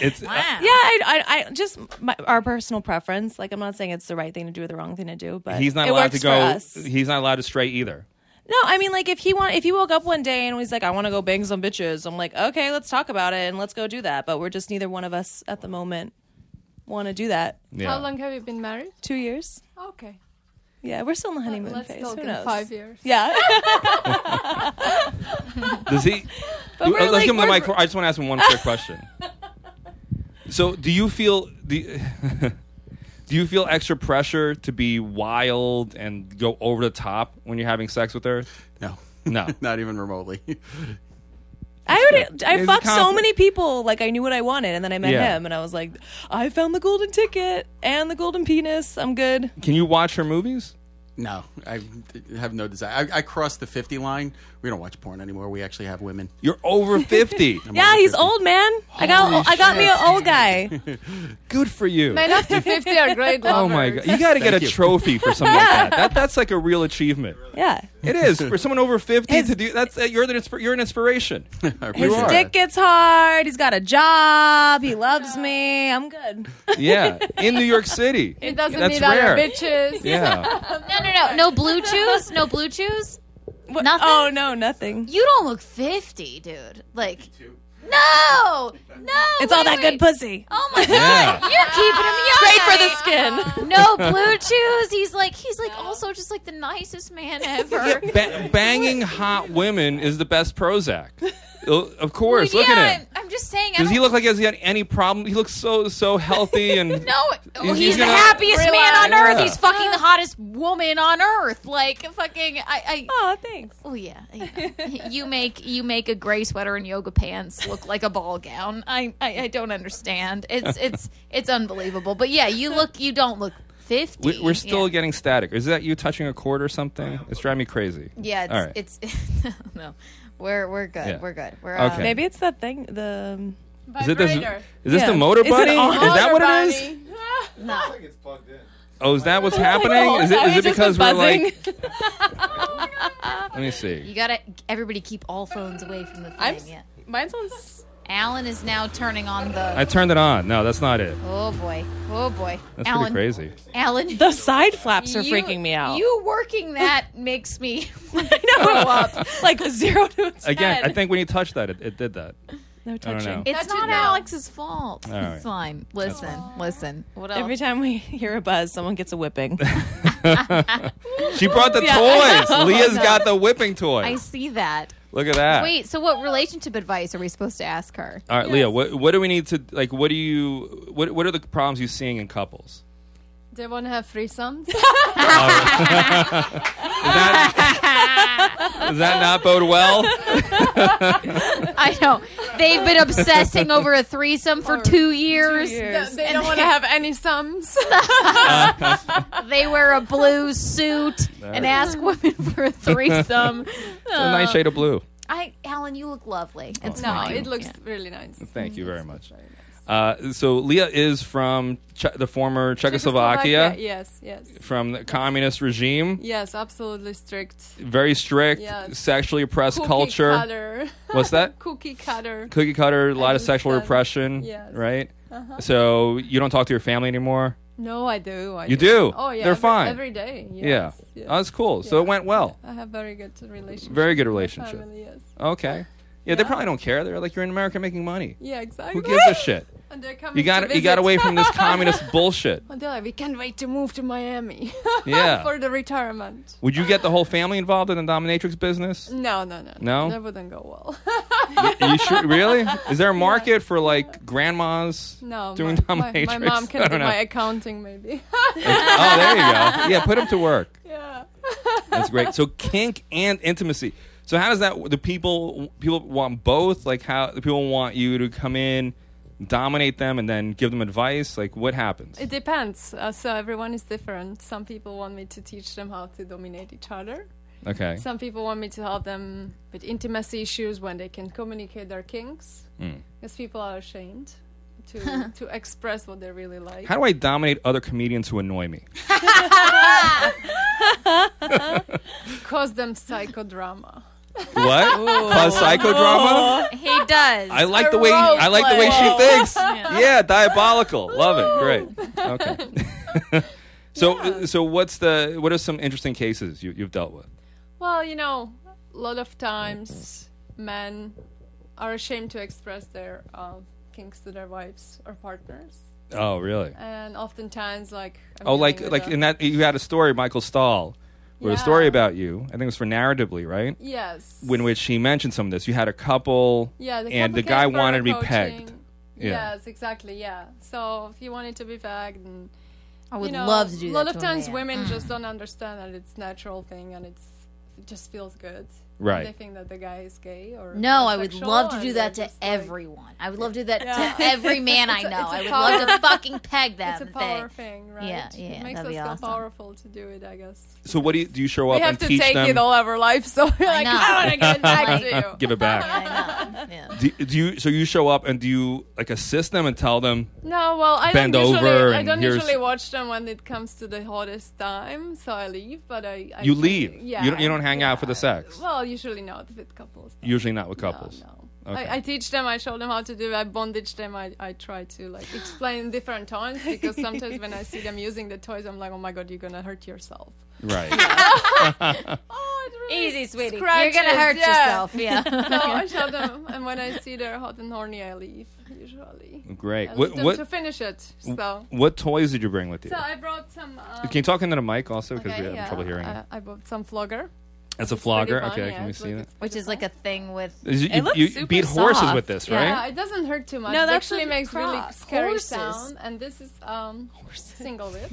It's uh,
Wow.
Yeah, I, I, I just my, our personal preference. Like, I'm not saying it's the right thing to do or the wrong thing to do, but
he's not
it
allowed to
works For
go.
us.
He's not allowed to stray either.
No, I mean like if he want if he woke up one day and was like, I want to go bang some bitches, I'm like, okay, let's talk about it and let's go do that. But we're just neither one of us at the moment want to do that.
Yeah.
How long have you been married?
Two years.
Okay.
Yeah, we're still in the honeymoon
Let's
phase.
talk
Who
in
knows?
five years.
Yeah.
Does he?
But we're
Uh, let's
like-
give him the
we're-
mic. For, I just want to ask him one quick question. So, do you feel do you, do you feel extra pressure to be wild and go over the top when you're having sex with her?
No.
No.
Not even remotely.
I already I
It's
fucked so
conf-
many people. Like I knew what I wanted, and then I met
Yeah.
him, and I was like, I found the golden ticket and the golden penis. I'm good.
Can you watch her movies?
No, I have no desire. I, I crossed the 50 line. We don't watch porn anymore. We actually have women.
You're over fifty.
Yeah,
over
he's
50.
old man. I got I got me an old guy.
Good for you.
Men after 50 are great lovers.
Oh my god! You got to get a
Thank you.
trophy for something like that. that. That's like a real achievement.
Yeah.
It is for someone over fifty to do. That's uh, you're the, insp- you're an inspiration.
You
His
are.
dick gets hard. He's got a job. He loves me. I'm good.
Yeah, in New York City.
It doesn't
That's
need
rare.
other bitches.
Yeah.
No, no, no. No blue chews? No blue chews?
What-
Nothing?
Oh no, nothing.
You don't look 50, dude. Like, No, no.
It's all
wait,
that good
wait.
pussy.
Oh my
Yeah.
god, you're keeping him young.
Great for the skin.
No blue chews. He's like he's like also just like the nicest man ever.
Ba- banging hot women is the best Prozac. Uh, Of course, look
yeah,
at him.
I'm, I'm just saying. I
Does he
don't-
look like he has any problem? He looks so so healthy and
No, well,
He's-
he's,
he's
the
gonna-
happiest man on
Realize.
earth.
Yeah.
He's fucking the hottest woman on earth. Like fucking, I, I
Oh, thanks.
oh yeah, yeah. you make you make a gray sweater and yoga pants look like a ball gown. I, I, I don't understand. It's it's it's unbelievable. But yeah, you look you don't look fifty.
we, we're still
yeah.
getting static. Is that you touching a cord or something? It's driving me crazy.
Yeah,
All right.
it's, it's no, we're we're good.
Yeah.
We're good. We're
Okay.
um,
Maybe it's that thing. The um,
is it this? Is
Vibrator.
this
Yeah.
the motor
Is it
buddy?
on?
is that what it is?
Motor body.
no.
it's plugged in.
Oh, is that what's happening? Is it, is it
It's Oh, just
because
the
we're like?
buzzing.
Let me see.
You gotta everybody keep all phones away from the thing.
I'm s-
yeah.
mine's on. s-
Alan is now turning on the.
I turned it on. No, that's not it.
Oh boy.
oh boy,
That's
Alan.
pretty crazy.
Alan,
The side flaps are
you-
freaking me out.
You working that makes me.
like zero to ten.
Again, I think when you touched that, it, it did that.
no touching.
know.
It's
That's
not
it now.
Alex's fault.
All right.
It's fine. Listen, listen. What else?
Every time we hear a buzz, someone gets a whipping.
She brought the
I
toys. Leah's got the whipping toy.
I see that.
Look at that.
Wait, so what relationship advice are we supposed to ask her?
All right, Leah. What what do we need to like? What do you what What are the problems you're seeing in couples?
They want to have threesomes.
Is that, does that not bode well?
I know. They've been obsessing over a threesome for two years.
They- they don't want to have any sums.
They wear a blue suit and ask women for a threesome.
a nice shade of blue.
I, Alan, you look lovely. It's
no,
fine.
it looks
Yeah.
really nice.
Thank you very much. Uh, so Leah is from Czech the former Czechoslovakia,
Yes, yes.
from the communist regime,
Yes, absolutely strict.
very strict,
Yes.
sexually oppressed
Cookie
culture.
cutter.
What's that?
Cookie cutter.
Cookie cutter, a lot of
just
sexual
said-
repression,
Yes. Uh-huh.
right? So you don't talk to your family anymore.
No, I do. I
You do?
Oh, yeah.
They're
every-
fine.
Every day.
yeah,
Yes, yes.
Oh, that's cool. So
Yeah.
it went well.
I have very good relationship.
Very good
with my
relationship.
family, yes.
Okay. Yeah, they probably don't care. They're like, you're in America making money.
Yeah, exactly.
Who gives a shit?
And they're coming
You got
to
you got
visit.
away from this communist bullshit.
And they're like, we can't wait to move to Miami
Yeah.
for the retirement.
Would you get the whole family involved in the dominatrix business?
No, no, no.
No?
That wouldn't go well.
you should, really? Is there a market for like grandmas
no.
doing
my, my,
dominatrix?
my mom
I
can
don't
do
know.
my accounting, maybe.
oh, there you go. Yeah, put them to work.
yeah.
That's great. So kink and intimacy. So how does that? The people people want both. Like how the people want you to come in, dominate them, and then give them advice. Like what happens?
It depends. Uh, so everyone is different. Some people want me to teach them how to dominate each other.
Okay.
Some people want me to help them with intimacy issues when they can communicate their kinks,
Mm.
because people are ashamed to to express what they really like.
How do I dominate other comedians who annoy me?
Cause them psychodrama.
What? Cause psychodrama?
He does.
I like the way I like the way she thinks. Yeah, diabolical. Love it. Great. Okay. so so what's the what are some interesting cases you, you've dealt with?
Well, you know, a lot of times men are ashamed to express their uh, kinks to their wives or partners,
Oh, really?
and oftentimes, like I'm
Oh,
dealing
like
with
like
a-
in that you had a story, Michael Stahl, wrote a story
Yeah.
about you. I think it was for narratively, right?
yes,
In which he mentioned some of this. You had a couple.
yeah, the
and the
complicated
guy
form
wanted
of
to be pegged.
coaching.
Yeah.
Yes, exactly. Yeah. So if you wanted to be pegged, and
I would
you know,
love to do
a
that.
lot
to
of times
man. Mm.
women just don't understand that it's natural thing and it's it just feels good.
Right.
They think that the guy is gay or
No, I would
bisexual,
love to
and
do
they're
that to
just like-
everyone. I would love to do that to every man I know.
it's a
I would
power-
love to fucking peg them.
It's a
and
power
say-
thing, right?
Yeah, yeah,
It
that'd
makes us
be
feel
awesome.
powerful to do it, I guess.
So what do you do? You show
We
up
have
and
to
teach
take
them.
it all our life, so we're like,
know.
I want to get back to you.
give it back.
I know. Yeah.
do, do you? So you show up and do you like assist them and tell them
No, well, I
Bend
don't usually,
over
I
and
don't
here's-
usually watch them when it comes to the hottest time, so I leave. But I, I
you
do-
leave.
Yeah,
You don't, you don't hang out for the sex.
Well, usually not with couples. no.
Usually not with couples.
No, no.
Okay.
I, I teach them. I show them how to do. it, I bondage them. I, I try to like explain different tones because sometimes when I see them using the toys, I'm like, oh my god, you're gonna hurt yourself.
Right.
Oh, it
Easy, sweetie.
Scratches,
You're gonna hurt
yeah.
yourself. Yeah.
No, I show them, and when I see they're hot and horny, I leave usually.
Great.
I leave
What
them
what
to finish it. So,
what toys did you bring with you?
so I brought some. Um,
Can you talk into the mic also because
Okay,
we're having
yeah,
trouble hearing?
Uh, I, I bought some flogger.
That's a
Pretty
flogger.
fun,
Okay,
yeah,
can we
it's
see
like-
that?
it's
Which is like a thing with
You, you-
looks
you
super
beat horses
soft.
with this,
Yeah.
right?
Yeah, Uh, it doesn't hurt too much.
No,
it
that's
actually
like
makes really
crop.
scary
Horses.
sound. And this is um single whip.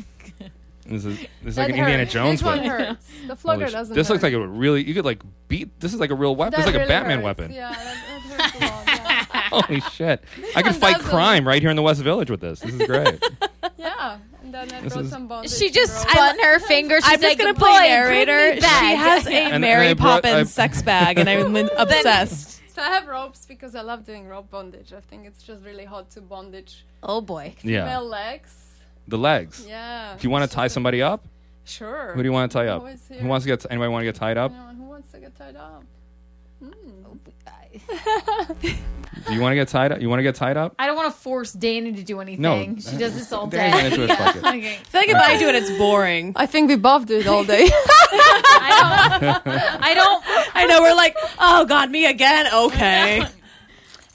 This is, this is
That
like an Indiana
hurts.
Jones
This one
whip.
hurts. The
Holy
flogger
shit.
doesn't.
This looks
hurt.
like it would really. You could like beat. This is like a real weapon. This is
That
like a Batman
really hurts.
weapon.
Yeah, that, that hurts a lot. Yeah.
Holy shit! I could
one
fight
doesn't.
crime right here in the West Village with this. This is great.
Yeah, and then I brought
is-
some bondage.
she just
rope.
spun her finger. She's
I'm just
like,
gonna
"Boy,
play
bring
narrator.
me
She
back."
has a
and
Mary
I brought-
Poppins
I-
sex bag, and I'm obsessed.
So I have ropes because I love doing rope bondage. I think it's just really hard to bondage
Oh boy.
male
Yeah.
legs.
The legs.
Yeah.
Do you want to tie somebody up?
Sure.
Who do you want to tie up?
Who is here?
Who wants to get? Anybody want to get tied up?
Anyone who wants to get tied up?
Do you want to get tied up? You want to get tied up?
I don't want to force Dana to do anything.
No.
She does this all day.
Dana's into it, fuck it.
Okay.
I feel like if I do it, it's boring.
I think we buffed it all day.
I don't. I don't.
I know we're like, oh god, me again. Okay.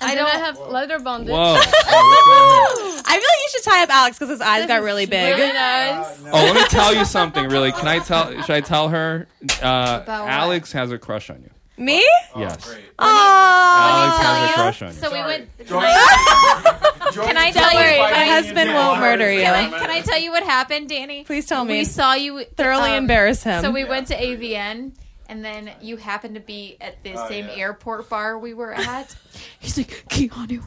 I don't have leather bondage.
Whoa! Oh, what's going on here?
I feel like you should tie up Alex because his eyes got really big.
Really nice.
Oh, let me tell you something, really. Can I tell? Should I tell her? Uh,
About what?
Alex has a crush on you.
Me?
yes.
Oh,
Alex
tell
has a
you.
crush on you.
So we went.
Can
I tell you- my
husband won't murder you.
Can I, can I tell you what happened, Danny?
please tell me.
We saw you
Thoroughly
um,
embarrass him.
So we went to AVN, and then you happened to be at
Oh,
the same airport bar we were at. He's like Keanu.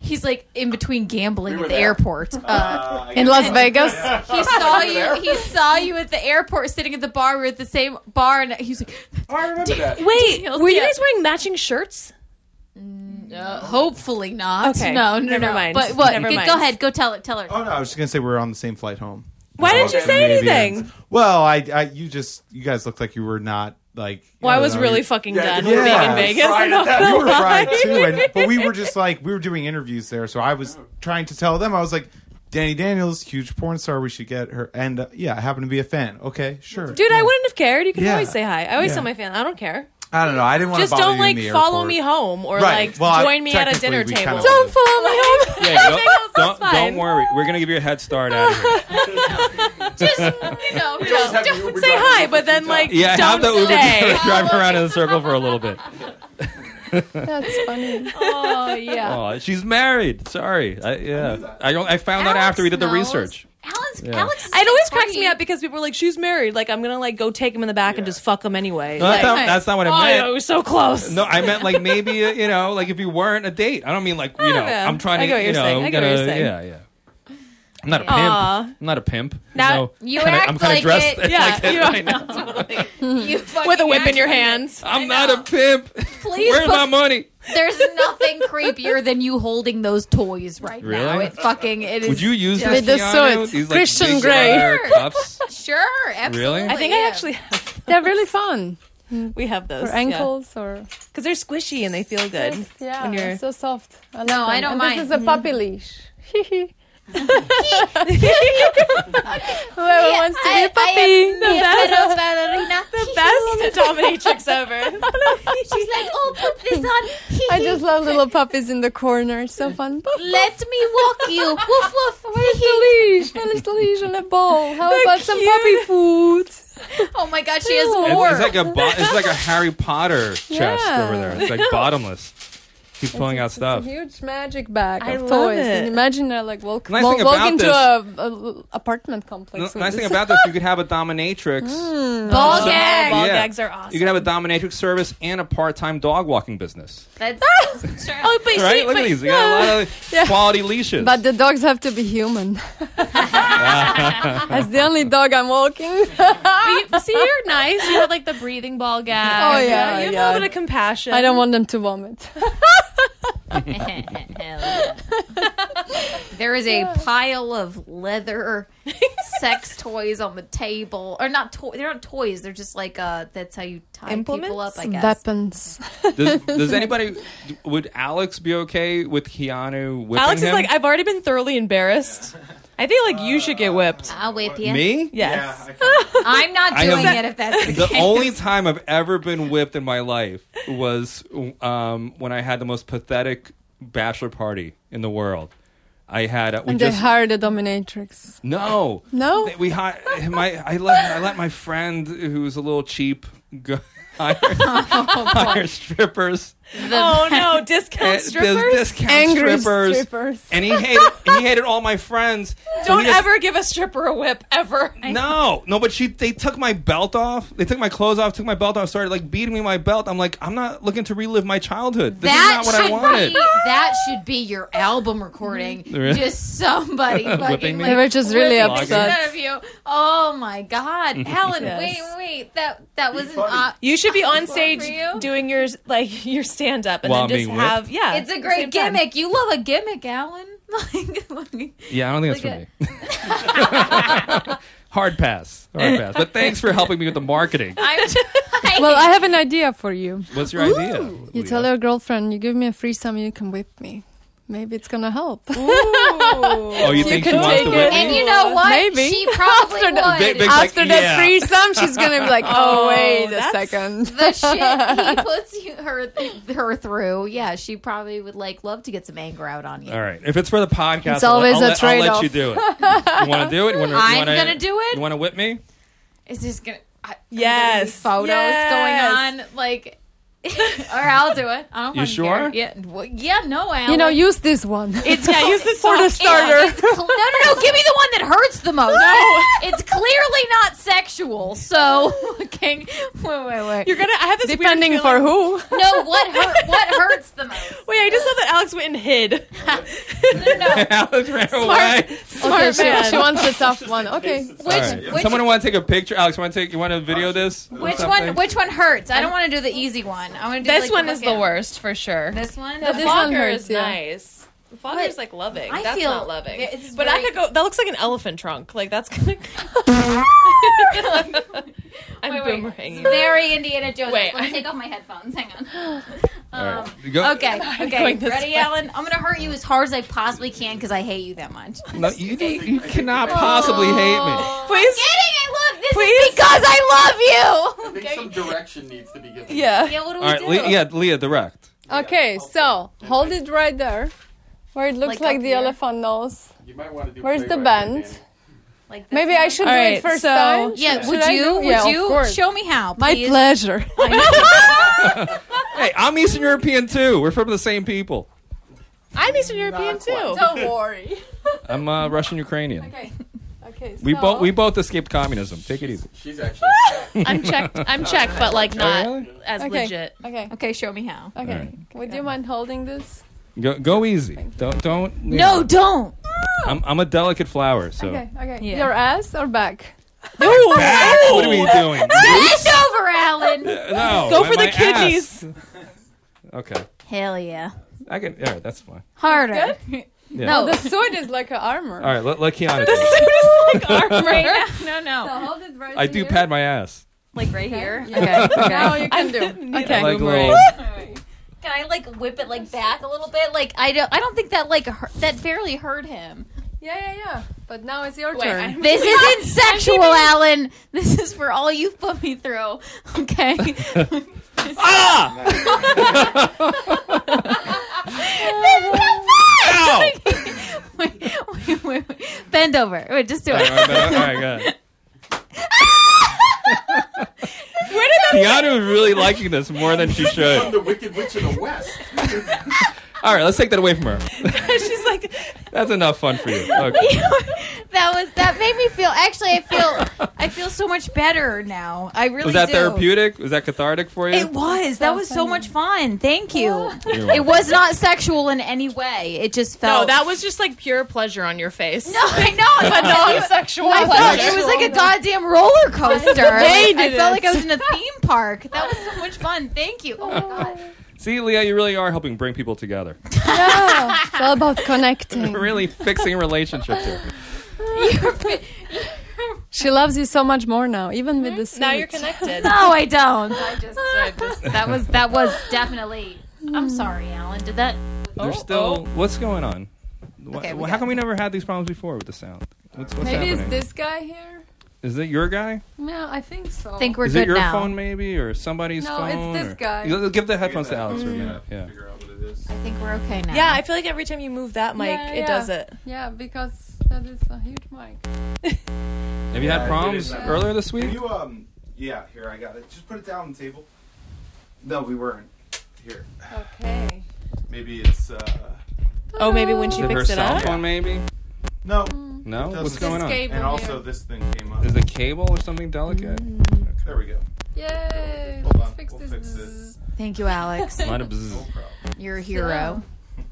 He's like in between gambling
were
at the
there.
airport.
Oh.
Uh,
In Las Vegas.
he saw you. He saw you at the airport, sitting at the bar. We were at the same bar, and he's like,
Oh, I remember that.
Wait,
Daniels,
were you
yeah.
guys wearing matching shirts?
uh, "Hopefully not."
Okay.
No, no,
Never
no.
mind.
But what?
Never
go,
mind.
go ahead. Go tell it. Tell her.
Oh no, I was just gonna say we were on the same flight home.
Why didn't you
Oh, Okay.
say
Maybe
anything?
it's- Well, I, I, you just, you guys looked like you were not like.
Well, I
don't
was
know,
really
you-
fucking
Yeah,
done
you
with
were
being in
fried.
Vegas.
Fried
I'm
at
not
that.
gonna
You were
lie.
fried too, and, but we were just like we were doing interviews there. So I was trying to tell them I was like, Danny Daniels, huge porn star. We should get her. And uh, yeah, I happen to be a fan. Okay, sure,
Dude, I wouldn't have cared. You could
Yeah.
always say hi. I always
Yeah.
tell my fan, I don't care.
I don't know. I didn't want
Just
to
don't
bother you
like
in the
follow
airport.
me home or
Right.
like
Well, I-
join me at a
technically,
dinner
we
table.
kinda
Don't
did.
follow me home.
Yeah,
Okay,
don't,
that's
don't,
fine.
don't worry. We're gonna give you a head start out of here.
Just no,
Just
no.
have the Uber
Say
driver
hi,
look
but
at
then
you.
like
Yeah, have
don't
the Uber
stay.
driver drive around in a circle for a little bit.
That's funny.
Oh yeah.
Oh, she's married. Sorry. I, yeah, I don't. I found out
Alex
after we did the
knows.
research.
Alex,
Yeah.
Alex, is
It always cracks
funny.
me up because people are like, "She's married." Like, I'm gonna like go take him in the back and just fuck him anyway.
No,
like,
that's, not, that's not what I
oh,
meant.
it was so close.
No, I meant like maybe uh, you know, like if you weren't a date. I don't mean like you know.
don't know.
I'm trying to
I get what
you
you're
know.
saying. I
I'm
get what
gonna
you're saying.
yeah, yeah. I'm not a
Aw.
pimp. I'm not a pimp.
Now,
No,
you
kinda,
act
I'm kinda
like
dressed
it.
Yeah,
like that
you
right now.
You
with a
fucking
whip in your
actually-
hands.
I'm
I
not
know.
a pimp.
Please
Where's
put-
my money?
There's nothing creepier than you holding those toys right now.
Really?
It fucking it is.
Would you use
just-
this?
the
Keanu?
suit.
These, like,
Christian
big
Grey.
leather cuffs.
Sure, absolutely.
Really?
I think
yeah.
I actually have,
They're really fun.
we have those
Or ankles or
because they're squishy and they feel good.
yeah,
When you're-
so soft. I
No,
love
I
them.
don't
and
mind. Mm-hmm.
This is a puppy leash. Whoever wants to be a puppy.
the
Best dominatrix ever.
She's like, oh, put this on.
I just love little puppies in the corner. It's so fun.
let me walk you. Woof woof. Where's
leash, a little leash and a ball. How about some puppy food?
Oh my god, she has
It's,
more.
it's like a bo- it's like a Harry Potter chest
Yeah.
over there. It's like bottomless. Keeps pulling out
It's
stuff.
a huge magic bag
I
of
love
toys.
it.
And imagine I like walk,
Nice
walk,
thing about
walk into
this-
a, a apartment
The
complex. with
nice thing
this.
about this, you could have a dominatrix.
ball
Yeah,
gag.
ball
Yeah.
gags are awesome.
You could have a dominatrix service and a part-time dog walking business.
That's sure.
oh, but
Right?
see,
Look
but-
at these. We got a lot of quality leashes.
But the dogs have to be human. That's the only dog I'm walking.
but you- see, you're nice. You have like the breathing ball gag.
Oh, yeah,
you have
yeah.
a little bit of compassion.
I don't want them to vomit.
There is a pile of leather sex toys on the table, or not toy. They're not toys. They're just like uh, that's how you tie people up.
Implements?
I guess.
Weapons.
does, does anybody? Would Alex be okay with Keanu whipping
Alex
him?
is like, I've already been thoroughly embarrassed. I feel like you should get whipped.
I'll whip you.
Me?
Yes.
Yeah, I kinda-
I'm not
I
doing
have-
it if that's the,
The
case.
only time I've ever been whipped in my life was um, when I had the most pathetic bachelor party in the world. I had uh, we
And they
just
hired a dominatrix.
no
No?
They- we hi- my I let I let my friend who was a little cheap go hire,
Oh,
hire strippers
Oh no, discount
and
strippers.
There's discount
Angry
strippers.
strippers.
and he hated he hated all my friends so
Don't
he just-
ever give a stripper a whip ever.
No, no, but she they took my belt off. They took my clothes off, took my belt off, started like beating me with my belt. I'm like, I'm not looking to relive my childhood. This
that
is not what I
should
wanted.
Be, that should be your album recording.
Really?
Just somebody fucking
me?
They
like,
were just really
Logging.
upset.
out of you. Oh my God, Helen!
Yes.
Wait, wait. That that was an.
funny.
Op-
You should be on
for
stage
you.
doing your like your stand up and
While
then
I'm
just
being whipped?
have yeah.
it's a
at the
great
same time.
gimmick. You love a gimmick, Alan. Like, like-
Yeah, I don't think that's
Look
for me. Hard pass. Hard pass. But thanks for helping me with the marketing.
I'm.
Well, I have an idea for you.
What's your idea?
You
Leah?
tell your girlfriend, you give me a threesome, you can whip me. Maybe it's gonna help.
Oh, you, think she
can
wants
take
to whip
it.
me?
and you know what?
Maybe.
she probably would.
that-
Big- big- It's
After
like,
the
yeah.
threesome, she's gonna be like, oh, wait a
that's-
second.
the shit he puts you, her her through. Yeah, she probably would like love to get some anger out on you.
All right. If it's for the podcast,
It's
I'll-
always
I'll,
a
let- I'll let
trade-off.
you do it. You want to do it? You wanna,
I'm
you wanna,
gonna do it.
You want to whip me?
Is this gonna? I,
Yes.
photos
Yes.
going on like. or I'll do it. I don't
You
fucking
sure?
Care. Yeah. Well, yeah. No, Alan.
You know, use this one.
It's yeah, use the
For the
song.
starter.
It's cl- no, no, no. Give me the one that hurts the most. No. It's clearly not sexual. So, okay. Wait, wait, wait.
You're gonna. I have this
Depending
weird
for
feeling-
who.
no, what hurt, what hurts the most?
Wait, I just love that Alex Witten hid.
Alex ran away.
Okay,
Smart man.
she, she wants a tough one. Okay.
Which
All right.
which,
Someone want to take a picture? Alex, want to take? You want to video this? or
which
something?
one which one hurts? I don't want to do the easy one. I want to do
This
like,
one is the
fucking-
worst for sure.
This one.
No,
The
this
fuck-
one
Fogger
hurts,
is
yeah.
nice. Fogger's like loving.
I
That's
feel-
not loving.
Yeah, it's
But I
very-
could go. That looks like an elephant trunk. Like that's gonna. I'm
Wait, wait.
boomeranging.
Very Indiana Jones.
Wait,
Let me
I-
take off my headphones. Hang on.
All right. Go-
Okay. Okay.
going this
Ready,
way.
Alan? I'm gonna hurt you as hard as I possibly can because I hate you that much.
No, you, you cannot possibly hate me.
Please.
Kidding! I love this
Please.
is because I love you.
think some direction needs to be given.
Yeah.
Yeah. What do
All
we
right,
do?
Le- yeah, Leah, direct.
Okay, so hold it right there. Where it looks
Like
like,
up
the
here?
elephant nose.
You might want to do
Where's the
play-by-play,
band?
Danny.
Like this
Maybe
one?
I should
All
do
right,
it first
so-
time.
Yeah.
Should
would
I
you?
do-
Would
Yeah, of
you?
course.
Show me how.
My
please.
pleasure.
Hey, I'm Eastern European too. We're from the same people.
I'm Eastern
Ah,
European too.
Don't worry.
I'm uh, Russian Ukrainian.
Okay. Okay.
We
so-
both we both escaped communism. Take it easy.
She's actually.
I'm checked. I'm checked, but like not
really?
as
Okay.
legit.
Okay.
Okay. Show me how.
Okay. Would you mind holding this?
Go go easy. Don't don't. you
No,
know,
don't.
I'm I'm a delicate flower. So
Okay. Okay.
Yeah.
Your ass or back?
Back? Ah, what are we doing?
Bend over, Alan.
No.
Go
my-
for the
my ass.
kidneys.
Okay.
Hell yeah.
I can. All right, that's fine.
Harder.
Yeah.
Oh, the sword is like an armor.
All right, let, let Kiana. do it.
Suit is like armor.
No, no.
So hold it right
I do
here.
pad my ass.
Like right here.
Now you can do.
I
Okay.
like
Boomerang.
little.
Can I like whip it like back a little bit? Like I don't. I don't think that like hurt, that barely hurt him.
Yeah, yeah, yeah. But now it's your
Wait,
turn.
I'm-
This isn't sexual, Alan. This is for all you've put me through. Okay.
Ah! Ow!
wait, wait, wait, wait. Bend over. Wait, just do
All
it.
right, all right, go ahead.
Where did that?
Keanu is really liking this more than she
I'm
should.
the Wicked Witch of the West.
All right, let's take that away from her.
She's like,
That's enough fun for you. Okay.
that was that made me feel. Actually, I feel I feel so much better now. I really
Was that
do.
therapeutic? Was that cathartic for
It
you?
was. That was so much fun. Thank you.
You're
It
welcome.
was not sexual in any way. It just felt.
no, that was just like pure pleasure on your face.
No, I know. But
sexual.
I felt it was like a goddamn roller coaster.
They
I
did
felt
it.
like I was in a theme park. That was so much fun. Thank you. Oh my god.
See, Leah, you really are helping bring people together.
yeah. It's all about connecting.
You're really fixing relationships here.
She loves you so much more now, even with the suit.
Now you're connected.
Oh,
No, I don't. I just, I just that was that was definitely. I'm sorry, Alan. Did that?
There's
Oh,
still what's going on? Wha-
Okay, we
wha-
got
how come
it.
we never had these problems before with the sound? What's, what's
Maybe
happening?
it's this guy here.
Is it your guy?
No, I think so.
I think we're
Is
good
it your
now.
phone maybe or somebody's
No, it's
phone?
this
or-
guy.
You- Give the headphones to Alex
Mm.
for a
Yeah.
minute. Yeah.
Figure out what it is.
I think we're okay now.
Yeah, I feel like every time you move that mic,
Yeah,
it
yeah.
does it.
Yeah, because that is a huge mic.
Have you
Yeah,
had
it
problems
is.
earlier this
Can
week?
you um? Yeah, here I got it. Just put it down on the table. No, we weren't. Here,
Okay.
maybe it's. uh
Oh, maybe when she
Is it her
picks it
cell
up.
phone maybe?
No.
Hmm.
No?
It doesn't-
Oh, What's going on?
Escape.
And also, this thing came up.
Is the cable or something delicate?
Mm.
There we go.
Yay!
Hold
let's
on,
fix
we'll
this.
fix
bzz.
this.
Thank you, Alex.
Not a bzzz.
No problem.
You're a hero.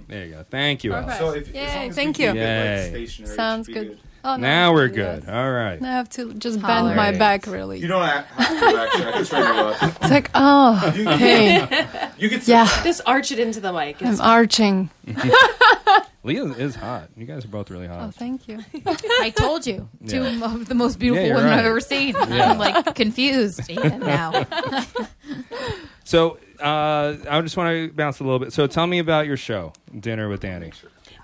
There you go. Thank you, Alex.
Okay.
So if, as
Yay,
long as
thank
we keep
you.
it, like,
Yay.
stationary, it should
Sounds
be
good. Oh, no,
Now we're
yes.
good. All right.
I have to just
All
bend my
right.
back really.
You don't have to actually. I can straighten you up.
It's like, oh,
You can,
okay,
you can sit
Yeah.
down.
Just arch it into the mic.
I'm arching.
Leah is hot. You guys are both really
Oh,
hot.
thank you.
I told you. Two
Yeah.
of the most beautiful
Yeah, you're
women I've
right.
ever seen.
Yeah.
I'm like confused even now.
So uh, I just want to bounce a little bit. So tell me about your show, Dinner with Danny.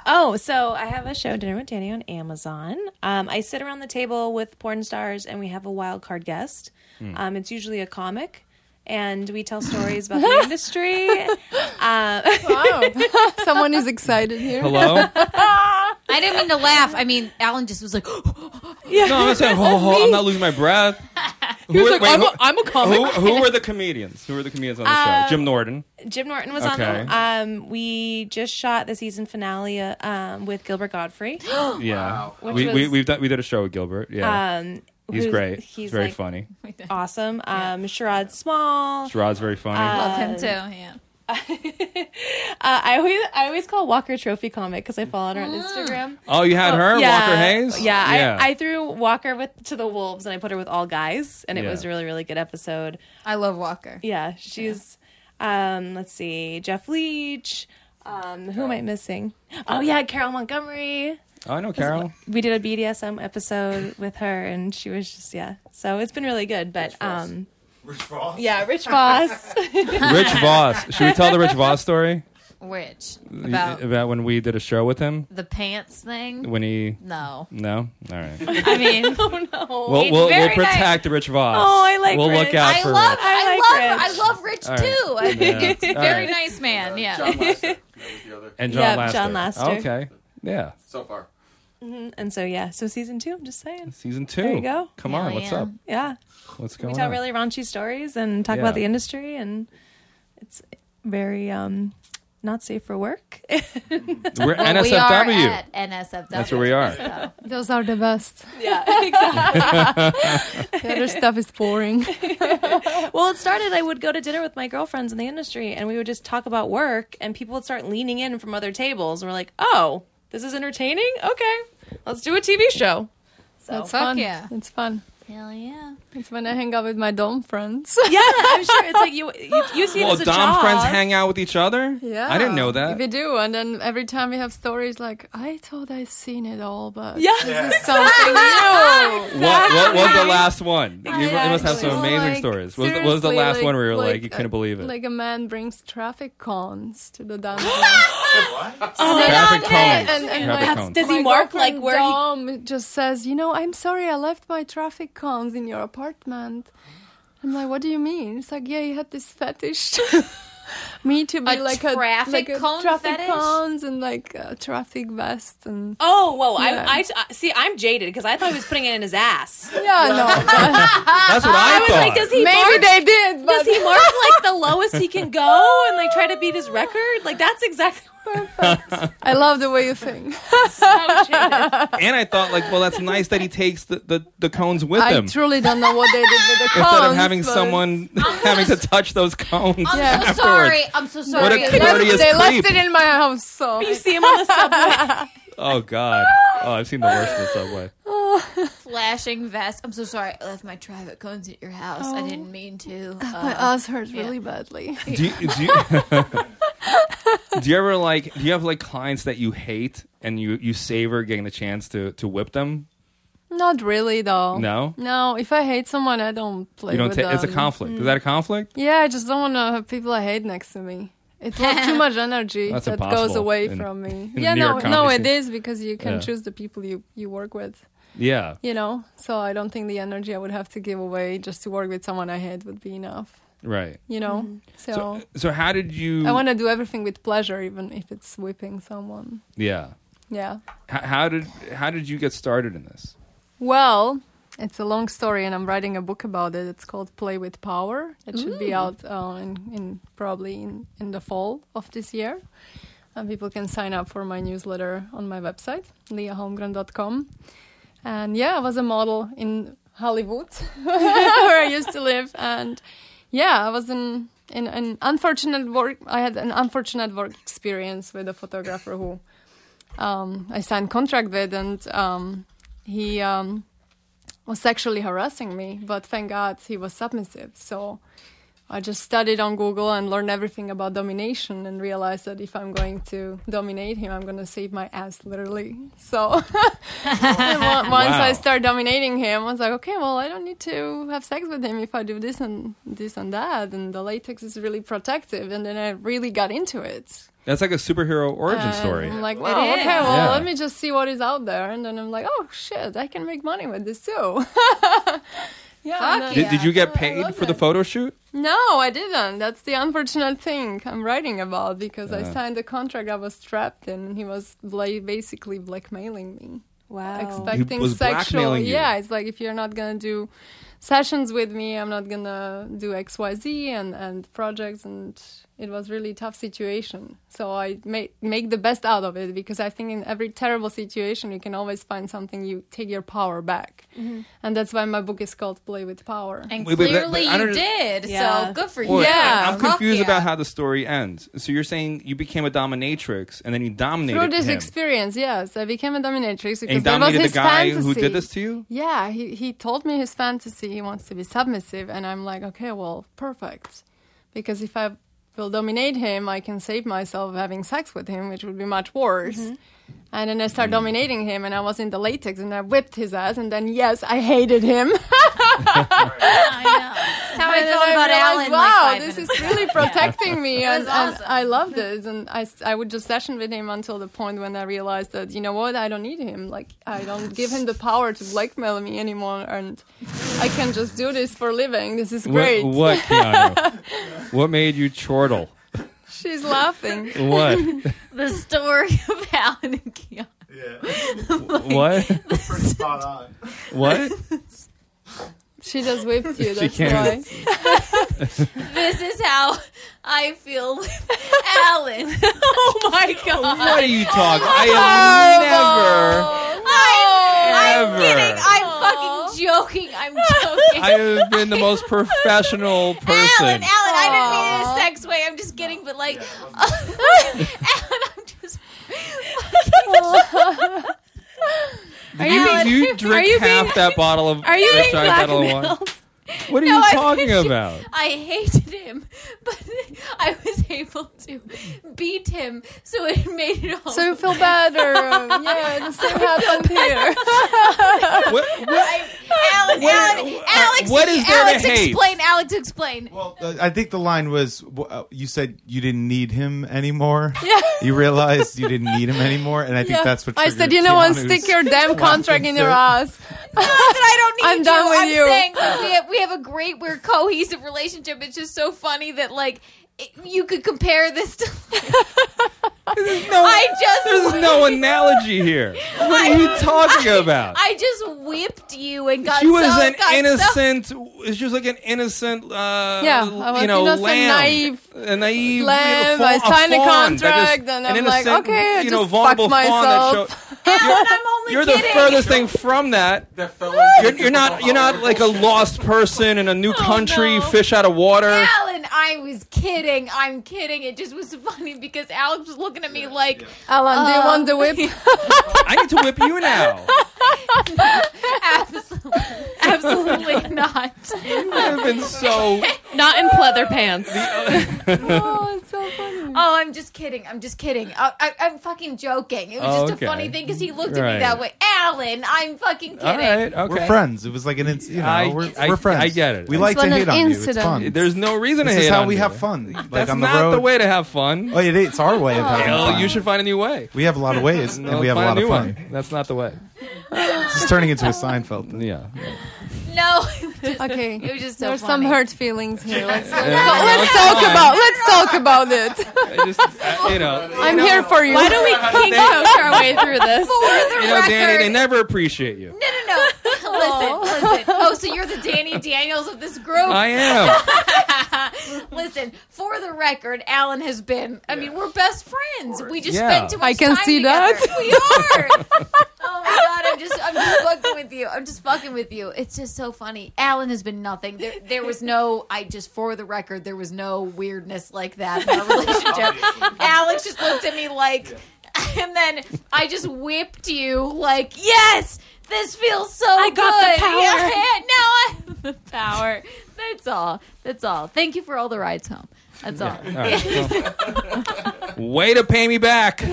Oh, so I have a show, Dinner with Danny, on Amazon. Um, I sit around the table with porn stars, and we have a wild card guest.
Hmm.
Um, it's usually a comic, and we tell stories about the industry. Uh,
Wow, someone is excited here.
Hello?
I didn't mean to laugh. I mean, Alan just was like,
No, I'm not saying, ho, ho, I'm not losing my breath. Who were- wait, who-
a
Who, who were the comedians? Who were the comedians on the
Uh,
show? Jim Norton.
Jim Norton was
Okay.
on. The, um, we just shot the season finale uh, um, with Gilbert Godfrey.
Yeah,
oh. Which
we, we
was-
we've done, we did a show with Gilbert. Yeah,
Um,
he's
who's-
great. He's very
like,
funny.
Awesome. Um, Sherrod Small.
Gerard's very funny.
love him too. Yeah.
Uh, I always I always call Walker Trophy comic because I follow her on Instagram.
oh, you had her,
yeah,
Walker Hayes.
Yeah, I, I threw Walker with to the wolves and I put her with all guys, and it
Yeah.
was a really really good episode.
I love Walker.
Yeah, she's. Um, let's see, Jeff Leach. Um, who am I missing? Oh yeah, Carol Montgomery.
Oh, I know Carol.
We did a BDSM episode with her, and she was just yeah. So it's been really good, but um,
Rich Voss.
yeah, Rich Voss.
Rich Voss. Should we tell the Rich Voss story
Which
about,
about
when we did a show with him?
the pants thing?
When he
No,
no, all right.
I mean,
oh no.
We'll we'll, we'll
very nice.
protect Rich Voss.
Oh, I like
We'll look
Rich.
out
I
for
love,
Rich.
I,
I like
love, I love Rich
All right.
too. I
Yeah.
think he's a
All
very
right.
nice man. Yeah.
John Lester. That was the other.
and John
Yeah,
Laster.
John Laster.
Okay, yeah.
So far.
And so yeah, so season two. I'm just saying.
Season two.
you go.
Come
Hell
on, what's
yeah.
up?
Yeah,
What's going
we tell
on?
really raunchy stories and talk
Oh, Yeah.
about the industry, and it's very um not safe for work.
We're
Well,
NSFW.
we are at NSFW.
That's where we are.
So.
Those are the best.
yeah, exactly.
The other stuff is boring.
well, it started. I would go to dinner with my girlfriends in the industry, and we would just talk about work, and people would start leaning in from other tables, and we're like, "Oh, this is entertaining. Okay, let's do a TV show."
That's
fuck
fun.
yeah.
It's fun.
Hell yeah.
It's when I hang out with my dom friends.
Yeah, I'm sure it's like you you, you see
Well,
it as a
Dom
job.
friends hang out with each other.
Yeah.
I didn't know that.
We do. And then every time we have stories like, I thought i seen it all, but
Yeah.
this is something new.
What, what was the last one? You
Exactly.
must have some
Well,
amazing
like,
stories. What was, the- what was the
seriously,
last
like-
one where you were like,
like,
you
uh,
couldn't believe it?
Like a man brings traffic cons to the dungeon.
Traffic cones.
Oh, And- and
Traffic
my-
cones.
Does
My
he mark like
girlfriend
where he
Dom just says, you know, I'm sorry, I left my traffic cons in your apartment. I'm like, what do you mean? It's like, yeah, you had this fetish. Me to be
A
like
traffic
a like a
cone
traffic
fetish?
cons and like a traffic vest and
Oh, whoa!
Yeah.
I, I uh, see. I'm jaded because I thought he was putting it in his ass.
yeah, no,
That's what I,
I
thought.
was like, does he
maybe
mark?
they did, but
Does he mark like the lowest he can go and like try to beat his record? Like that's exactly.
I love the way you think.
So jaded.
and I thought like, well, that's nice that he takes the, the, the cones with
I
him
truly don't know what they did with the cons.
instead of having
but-
someone having to touch those cones.
I'm
Yeah.
so
afterwards.
sorry. I'm so
What
sorry.
a
They left-
courteous
they
creep.
left it in my house, so
You see him on the subway.
Oh God. Oh, I've seen the worst in the subway.
flashing vest. I'm so sorry. I left my traffic cones at your house. Oh. I didn't mean to.
my
Uh,
ass hurts really badly.
Do you, do you, do you ever like? Do you have like clients that you hate and you you savor getting the chance to to whip them?
Not really, though.
No?
No, if I hate someone, I don't play
You don't.
with
ta-
them. Mm-hmm.
it's a conflict. Is that a conflict?
Yeah, I just don't want to have people I hate next to me. It was too much energy
That's
that goes
impossible
away
in-
from me.
in
Yeah,
New
no,
York
no,
comedy
it
scene.
is because you can
Yeah.
choose the people you you work with.
Yeah.
You know, so I don't think the energy I would have to give away just to work with someone I hate would be enough.
Right.
You know,
Mm-hmm.
so,
So, uh, so how did you?
I want to do everything with pleasure, even if it's whipping someone.
yeah.
Yeah.
H- how did how did you get started in this?
Well, it's a long story, and I'm writing a book about it. It's called Play with Power. It should be out uh, in, in probably in, in the fall of this year. And people can sign up for my newsletter on my website, leahholmgren.com. And yeah, I was a model in Hollywood, where I used to live. And yeah, I was in, in an unfortunate work. I had an unfortunate work experience with a photographer who um, I signed contract with, and um, he um, was sexually harassing me. But thank God he was submissive. So I just studied on Google and learned everything about domination, and realized that if I'm going to dominate him, I'm going to save my ass literally. So and on- once I
Wow.
start dominating him, I was like, okay, well, I don't need to have sex with him if I do this and this and that, and the latex is really protective. And then I really got into it.
That's like a superhero origin
And
story.
I'm Uh, like, wow, okay, well,
Yeah.
let me just see what is out there, and then I'm like, oh shit, I can make money with this too. yeah. and then-
did, did you get
I- I
paid
love
for the
it.
photo shoot?
No, I didn't. That's the unfortunate thing I'm writing about because I signed a contract I was trapped in, and he was bla- basically blackmailing me
Wow.
expecting
was
sexual.
blackmailing you.
Yeah, it's like if you're not gonna do sessions with me, I'm not gonna do X, Y, Z, and and projects. And it was really tough situation. So I make make the best out of it because I think in every terrible situation you can always find something you take your power back, and that's why my book is called Play with Power.
And
Wait, but that-
clearly
but I
you
don't-
did.
Yeah.
So good for
Well,
you.
Yeah.
I, am confused
Fuck yeah.
about how the story ends. So you're saying you became a dominatrix and then you dominated
Through this
him.
experience, yes, I became a dominatrix
and you
because that was
dominated
his
the guy
fantasy.
who did this to you?
Yeah, he, he told me his fantasy. He wants to be submissive. And I'm like, okay, well, perfect. Because if I will dominate him, I can save myself having sex with him, which would be much worse. And then I start
Mm.
dominating him, and I was in the latex, and I whipped his ass. And then, yes, I hated him.
I know. That's how I
And then
felt
I
about Alan.
realized, wow,
like five
this
minutes
is
ago.
really protecting me, and,
was
and
awesome.
I love this. And I, s- I would just session with him until the point when I realized that you know what, I don't need him. Like I don't give him the power to blackmail me anymore, and I can just do this for a living. This is great.
What, what, Keanu? what made you chortle?
She's laughing.
What?
the story of Alan and Keon.
Yeah,
what?
pretty spot on.
What?
She just whipped you. That's
can't.
why.
This is how I feel with Alan. oh my god.
What are you talking? I
I,
Ever.
I'm kidding. I'm fucking joking. I'm joking.
have never. I have been the most professional
Alan, Alan,
person.
I didn't mean it in a sex way. I'm just kidding, but like, Alan, I'm just.
Did you, did
Alan,
you drink
are you
half
being-
that bottle of
Are you
that
being
giant bottle of wine?
blackmailed?
What are
No,
you
I'm
talking
just-
about?
I hated him, but I was able to beat him, so it made it all.
So you feel better. um, yeah, the same happened here.
What, what?
I, Alan,
Where-
Alan,
uh,
Alex,
what is there to
Alex,
hate?
explain. Alex, explain.
Well, uh, I think the line was w- uh, you said you didn't need him anymore. Yeah. You realized you didn't need him anymore, and I think that's what
I said.
triggered
You know what?
Keanu's-
Stick your damn contract in your ass.
that I don't need
I'm
you.
done with
I'm
you.
saying that we have, we have a great, we're cohesive relationship. It's just so funny that like it, you could compare this to.
No,
I just
there's no analogy here. What are you talking about?
I just whipped you and got.
she was
so,
an
got so-
innocent. she was like an innocent. Uh,
Yeah, I was
you know,
innocent,
lamb,
naive
a naive
lamb.
fawn-
I signed
fawn
a
that
contract and
an
I'm like,
innocent,
okay, I
you know,
just
vulnerable
fucked
fawn that showed-
myself.
Alan, I'm only
You're the
kidding.
furthest thing from that.
That fella-
You're, you're not. You're not like a lost person in a
Oh,
new country, fish out of water.
Alan, I was kidding. I'm kidding. It just was funny because Alex was looking at me like,
Alan, do you
Uh,
want the whip?
I need to whip you now.
absolutely, absolutely not.
I've been so.
Not in pleather pants.
oh, it's so funny.
Oh, I'm just kidding. I'm just kidding.
Oh,
I, I, I'm fucking joking. It was
Oh,
just
okay.
a funny thing because he looked at
Right.
me that way. Alan, I'm fucking kidding.
All right. Okay.
We're friends. It was like an, ins- you know,
I-
we're,
I-
we're friends.
I get it.
We
It's
like to
one of
hate on you. It's
incident.
fun.
There's no reason to
this
hate
is how
on
we
you.
have fun. Like
That's
on the
not
road.
the way to have fun.
Oh, it, it's our way of having
Hell,
fun.
you should find a new way.
We have a lot of ways, and
No,
we have a
find
lot
new
of fun.
way. That's not the way.
It's turning into a Seinfeld. thing.
Yeah.
No,
Okay.
it was just so
There's some
funny.
hurt feelings here. Let's, let's,
Yeah.
talk- let's talk about let's talk about it.
I just, I- you know,
I'm here for you.
Why don't we king coach our way through this?
you know, Danny, they never appreciate you.
No, no, no. listen, listen. Oh, so you're the Danny Daniels of this group.
I am.
listen, for the record, Alan has been. I mean, we're best friends. We just
Yeah.
spent too much
I can
time
see
together.
that.
We are. oh my god, I'm just, I'm just fucking with you. I'm just fucking with you. It's just so funny. Alan has been nothing. There, there was no. I just for the record, there was no weirdness like that in our relationship. Alex just looked at me like, and then I just whipped you like, yes. This feels so I
got the power.
now I have the power. That's all. That's all. Thank you for all the rides home. That's all.
All right, so- way to pay me back.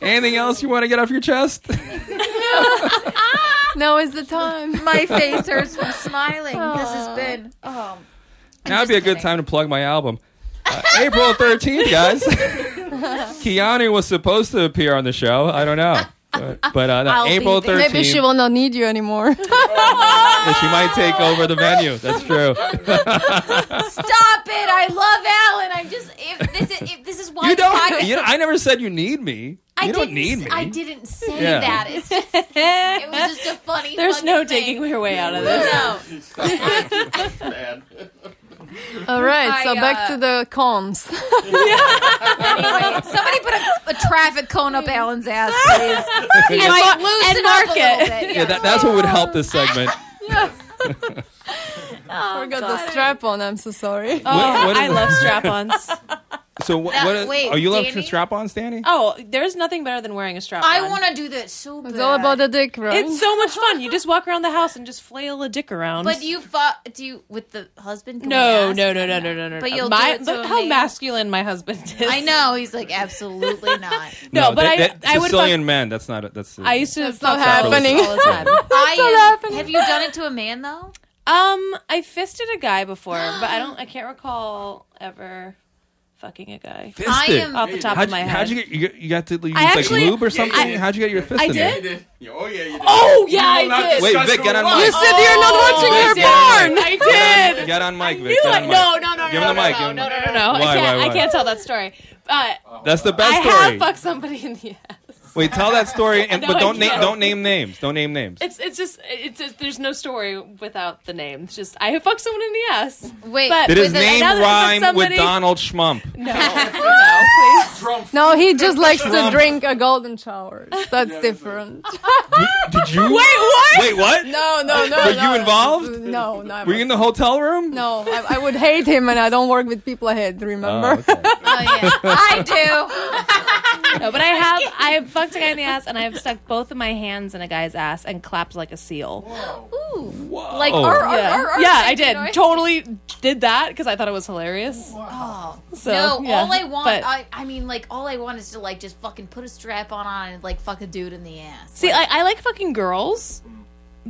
Anything else you want to get off your chest?
now is the time.
My face hurts from smiling. This has been. Oh.
Now would be a
just
good
kidding.
time to plug my album. Uh, April 13th, guys. Keanu was supposed to appear on the show. I don't know. But, but uh, no,
I'll be
April 13th,
there.
Maybe she will not need you anymore.
yeah, she might take over the venue. That's true.
Stop it! I love Alan. I'm just. If this is, if this is why
you
the
don't.
podcast-
You know, I never said you need me.
I
you don't
didn't,
need me.
I didn't say
Yeah.
that. It's just, it was just a funny.
There's
fucking
no
thing.
digging your way out of this.
No.
All right, so
I,
back
uh,
to the cons.
Anyway, somebody put a, a traffic cone up Alan's ass, please. He might
mar-
loosen
Ah, and
up
mark
a little
it.
bit.
yeah, that, that's what would help this segment.
I forgot the strap on. I'm so sorry.
Oh,
What- what is
I
it?
love strap-ons.
So what?
That-
what are,
wait,
are you love
Danny?
strap-ons, Danny?
Oh, there's nothing better than wearing a strap-on.
I want to do that so bad.
It's all about the dick, right?
It's so much fun. You just walk around the house and just flail a dick around.
But do you fuck? Do you with the husband? Can we
No,
ask?
no, no, no, no, no, no.
But
no.
you'll
my,
do it to
look
a
how
man.
masculine my husband is.
I know he's like absolutely not.
No, but
that,
I,
that-
I would.
Sicilian
Fuck,
men. That's not. A, that's. a-
I used to.
That's not
fuck couples
happening.
All the time.
I am, have you done it to a man though?
um, I fisted a guy before, but I don't. I can't recall ever fucking a guy.
Fist
I
it.
am-
Off the top
How'd
of my
you,
head.
how'd you get you, got- you got to use
I actually-
like lube or something?
I-
how'd you get your fist
I
in there?
did.
Oh yeah, you did.
oh yeah, I did.
Wait, Vic, get on
you
mic.
said you're not
Oh,
watching
I
your
did.
porn.
I did.
Get on mic, Vic.
Knew
Get on
I-
mic.
no, no, no,
Give
no,
him the mic.
no,
give him-
no, no, no, no.
Why,
I can't.
why, why?
I can't tell that story. Uh,
That's the
I
best
have
story.
fucked somebody in the ass.
Wait, tell that story, and,
No,
but
I
don't name
can't.
don't name names. Don't name names.
It's it's just it's just, there's no story without the name. It's just I have fucked someone in the ass.
Wait,
But-
Did his
with a-
name
now that
rhyme
it's somebody-
with Donald Schmump?
No, no, please.
No, he just likes to drink a golden shower. That's different.
Did you? Wait,
what?
Wait, what?
No, no, no.
Were you
no.
involved?
No, no. I
Were you in the hotel room?
No, I, I would hate him, and I don't work with people I hate. Remember?
Oh, okay.
Oh, yeah. I do.
No, but I have I have fucked a guy in the ass and I have stuck both of my hands in a guy's ass and clapped like a seal.
Like,
Oh.
arr, arr,
yeah,
arr, arr,
yeah, I
making
did.
noise.
Totally did that because I thought it was hilarious.
Oh.
So,
no,
yeah.
all I want,
But-
I, I mean, like, all I want is to like just fucking put a strap on on and like fuck a dude in the ass.
See, I, I like fucking girls,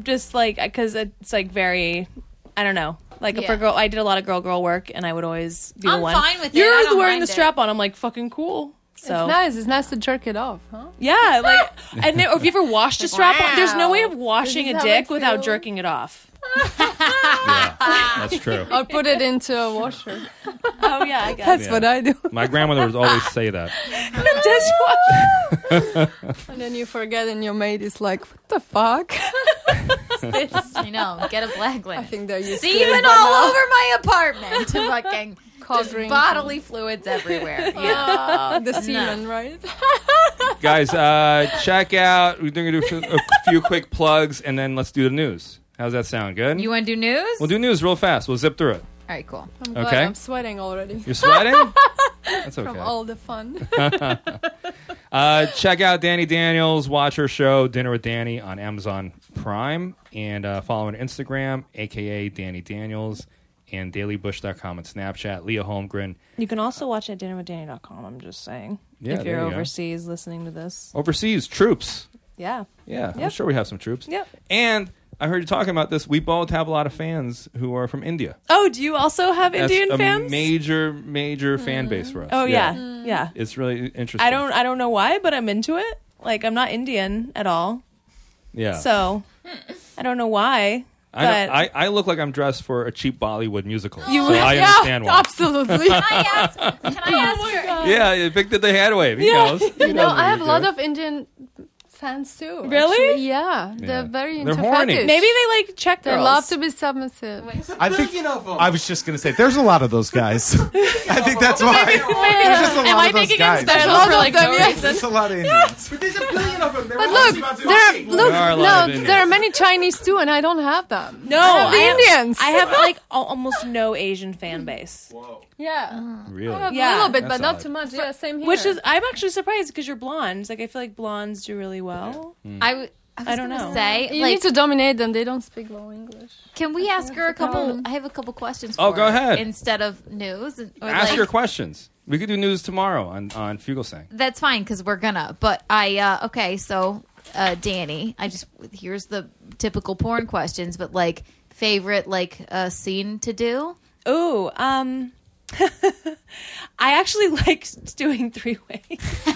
just like because it's like very, I don't know, like
Yeah.
for girl. I did a lot of girl girl work, and I would always be
I'm
the one.
fine with it.
You're
I don't
wearing the
mind it.
strap on. I'm like fucking cool. So
It's nice. It's nice to jerk it off, huh?
yeah, like and then, or have you ever washed a strap on? There's no way of
This
washing
is
a
how
dick
I
without
feel.
jerking it off.
Yeah, that's true.
Or put it into a washer.
Oh yeah, I guess.
That's what I do.
My grandmother would always say that.
And then you forget, and your maid is like, "What the fuck?"
I know. Get a black
I
lint.
think they're used to
Semen
it by
all
now.
over my apartment. fucking
Cold
just
drinks.
bodily fluids everywhere. Yeah.
Ah, the semen, right?
Guys, uh, check out. We're going to do a few quick plugs, and then let's do the news. How's that sound? Good.
You want to do news?
We'll do news real fast. We'll zip through it.
all right, cool.
I'm glad
Okay.
I'm sweating already
You're sweating? That's okay.
from all the fun.
Uh, check out Danny Daniels. Watch her show, Dinner with Danny, on Amazon Prime. And uh, follow her on Instagram, aka Danny Daniels, and dailybush.com and Snapchat. Leah Holmgren.
You can also watch it at dinnerwithdanny.com. I'm just saying.
Yeah,
if
there
you're
you go.
overseas listening to this.
Overseas, troops.
Yeah.
Yeah, I'm
Yep.
sure we have some troops.
Yep.
And I heard you talking about this. We both have a lot of fans who are from India.
Oh, do you also have Indian
That's
fans?
a major, major fan base for us.
oh yeah. Yeah.
Mm.
It's really interesting.
I don't I don't know why, but I'm into it. Like I'm not Indian at all.
Yeah.
So I don't know why.
I, know-
but-
I, I look like I'm dressed for a cheap Bollywood musical.
You
so I understand why.
Absolutely. Oh
I ask, can I ask her?
Yeah, you picked the headway. He knows. He
you
knows
know,
what
I have a
you
lot
do.
of Indian fans too.
Really?
actually. Yeah,
Yeah.
they're very
They're
into
horny.
fetish.
Maybe they like check
they
girls.
love to be submissive.
I think I was just gonna say there's a lot of those guys. I think that's why. There's just a
Am
lot
I
of those
making him
guys.
special
All
for
of
like
them,
no
yes.
reason?
There's a lot of Indians.
But there's a billion of them.
But look, there are, look,
There are a lot of
no,
Indians.
there are many Chinese too, and I don't have them.
no,
I have the
I have-
Indians.
I have like al- almost no Asian fan base,
yeah,
Really?
I have
Yeah.
a little bit,
That's
but not
odd.
too much. Yeah, same here.
which is I'm actually surprised because you're blonde. Like I feel like blondes do really well.
I, w- I was
Mm. I don't
gonna
know.
say,
you
like,
need to dominate them. They don't speak well English.
can we ask her a couple? I have a couple questions.
Oh,
for
go
her
ahead.
Instead of news, or
Ask
like-
your questions. We could do news tomorrow on on Fugelsang.
That's fine because we're gonna. But I uh, okay. So, uh, Danny, I just here's the typical porn questions, but like favorite like uh, scene to do.
Ooh, um, I actually like doing three ways.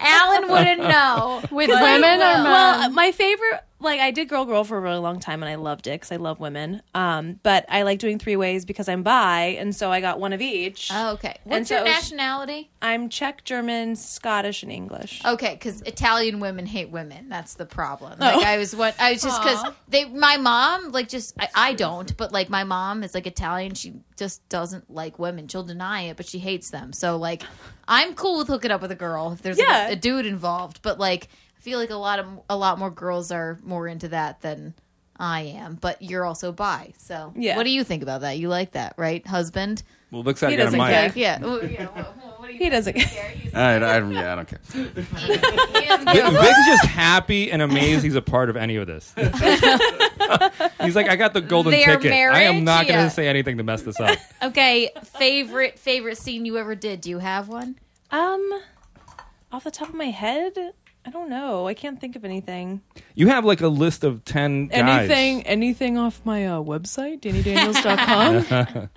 Alan wouldn't know.
With women or men?
Well, uh, my favorite, like I did girl girl for a really long time, and I loved it because I love women. Um, but I like doing three ways because I'm bi, and so I got one of each.
Oh, okay. What's
so
your
it was-
nationality?
I'm Czech, German, Scottish, and English.
Okay, because Italian women hate women. That's the problem. Like I was what I was just because they my mom like just I, I don't, but like my mom is like Italian. She just doesn't like women. She'll deny it, but she hates them. So like I'm cool with hooking up with a girl if there's like,
Yeah.
a, a dude involved. But like I feel like a lot of a lot more girls are more into that than I am. But you're also bi, so
Yeah.
What do you think about that? You like that, right, husband?
Well, looks like
He
I got a
doesn't
mic.
care.
Yeah. Well, yeah, well, what do you
He doesn't.
I, I, don't- yeah, I don't care.
Vic, Vic's just happy and amazed he's a part of any of this. he's like, I got the golden
Their
ticket. I am
marriage?
not going to
Yeah.
say anything to mess this up.
Okay, favorite favorite scene you ever did? Do you have one?
um, off the top of my head, I don't know. I can't think of anything.
You have like a list of ten guys.
Anything, anything off my uh, website, DannyDaniels.com.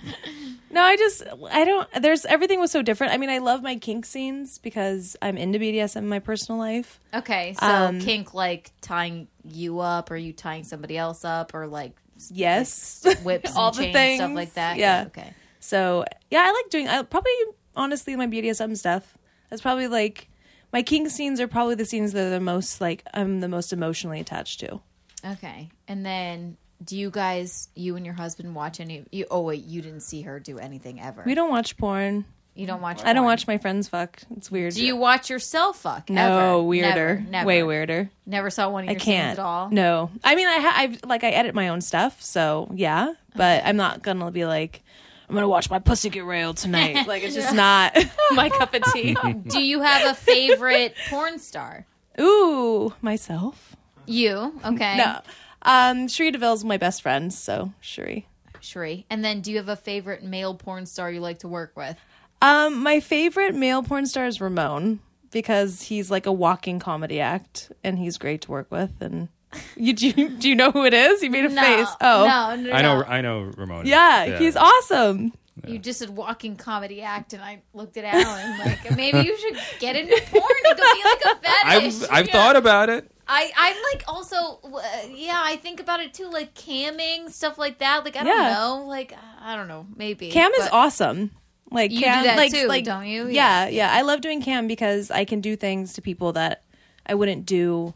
no, I just, I don't. There's everything was so different. I mean, I love my kink scenes because I'm into BDSM in my personal life.
Okay, so
Um,
kink like tying you up, or you tying somebody else up, or like s-
Yes,
whips, and
All the
chains, stuff
things,
like that.
yeah.
okay.
So yeah, I like doing. I probably honestly my BDSM stuff. That's probably like my king scenes are probably the scenes that are the most like I'm the most emotionally attached to.
Okay, and then do you guys, you and your husband, watch any? You, oh wait, you didn't see her do anything ever.
We don't watch porn.
you don't watch.
I don't
porn.
watch my friends fuck. It's weird.
Do you watch yourself fuck?
No,
Ever?
weirder.
Never, never.
Way weirder.
Never saw one of
I
your
can't
scenes at all.
No, I mean I ha- I've like I edit my own stuff, so yeah. But I'm not gonna be like I'm gonna watch my pussy get railed tonight. like it's just not my cup of tea.
Do you have a favorite porn star?
Ooh, myself.
You okay?
No, um, Sheree Deville's my best friend, so Sheree.
Sheree. And then, do you have a favorite male porn star you like to work with?
Um, my favorite male porn star is Ramon because he's like a walking comedy act, and he's great to work with. And you do you, do you know who it is? You made a face. Oh,
no, no, no,
I know.
no.
I know Ramona.
yeah, he's awesome.
You just said walking comedy act, and I looked at Alan like maybe you should get into porn to be like a fetish.
I've I've thought about it.
I I'm like also uh, yeah I think about it too like camming stuff like that like I don't
Yeah.
know like I don't know maybe
Cam is
but-
awesome. Like
You do
Cam,
that
like,
too,
like,
don't you? Oh,
Yeah. yeah, I love doing Cam because I can do things to people that I wouldn't do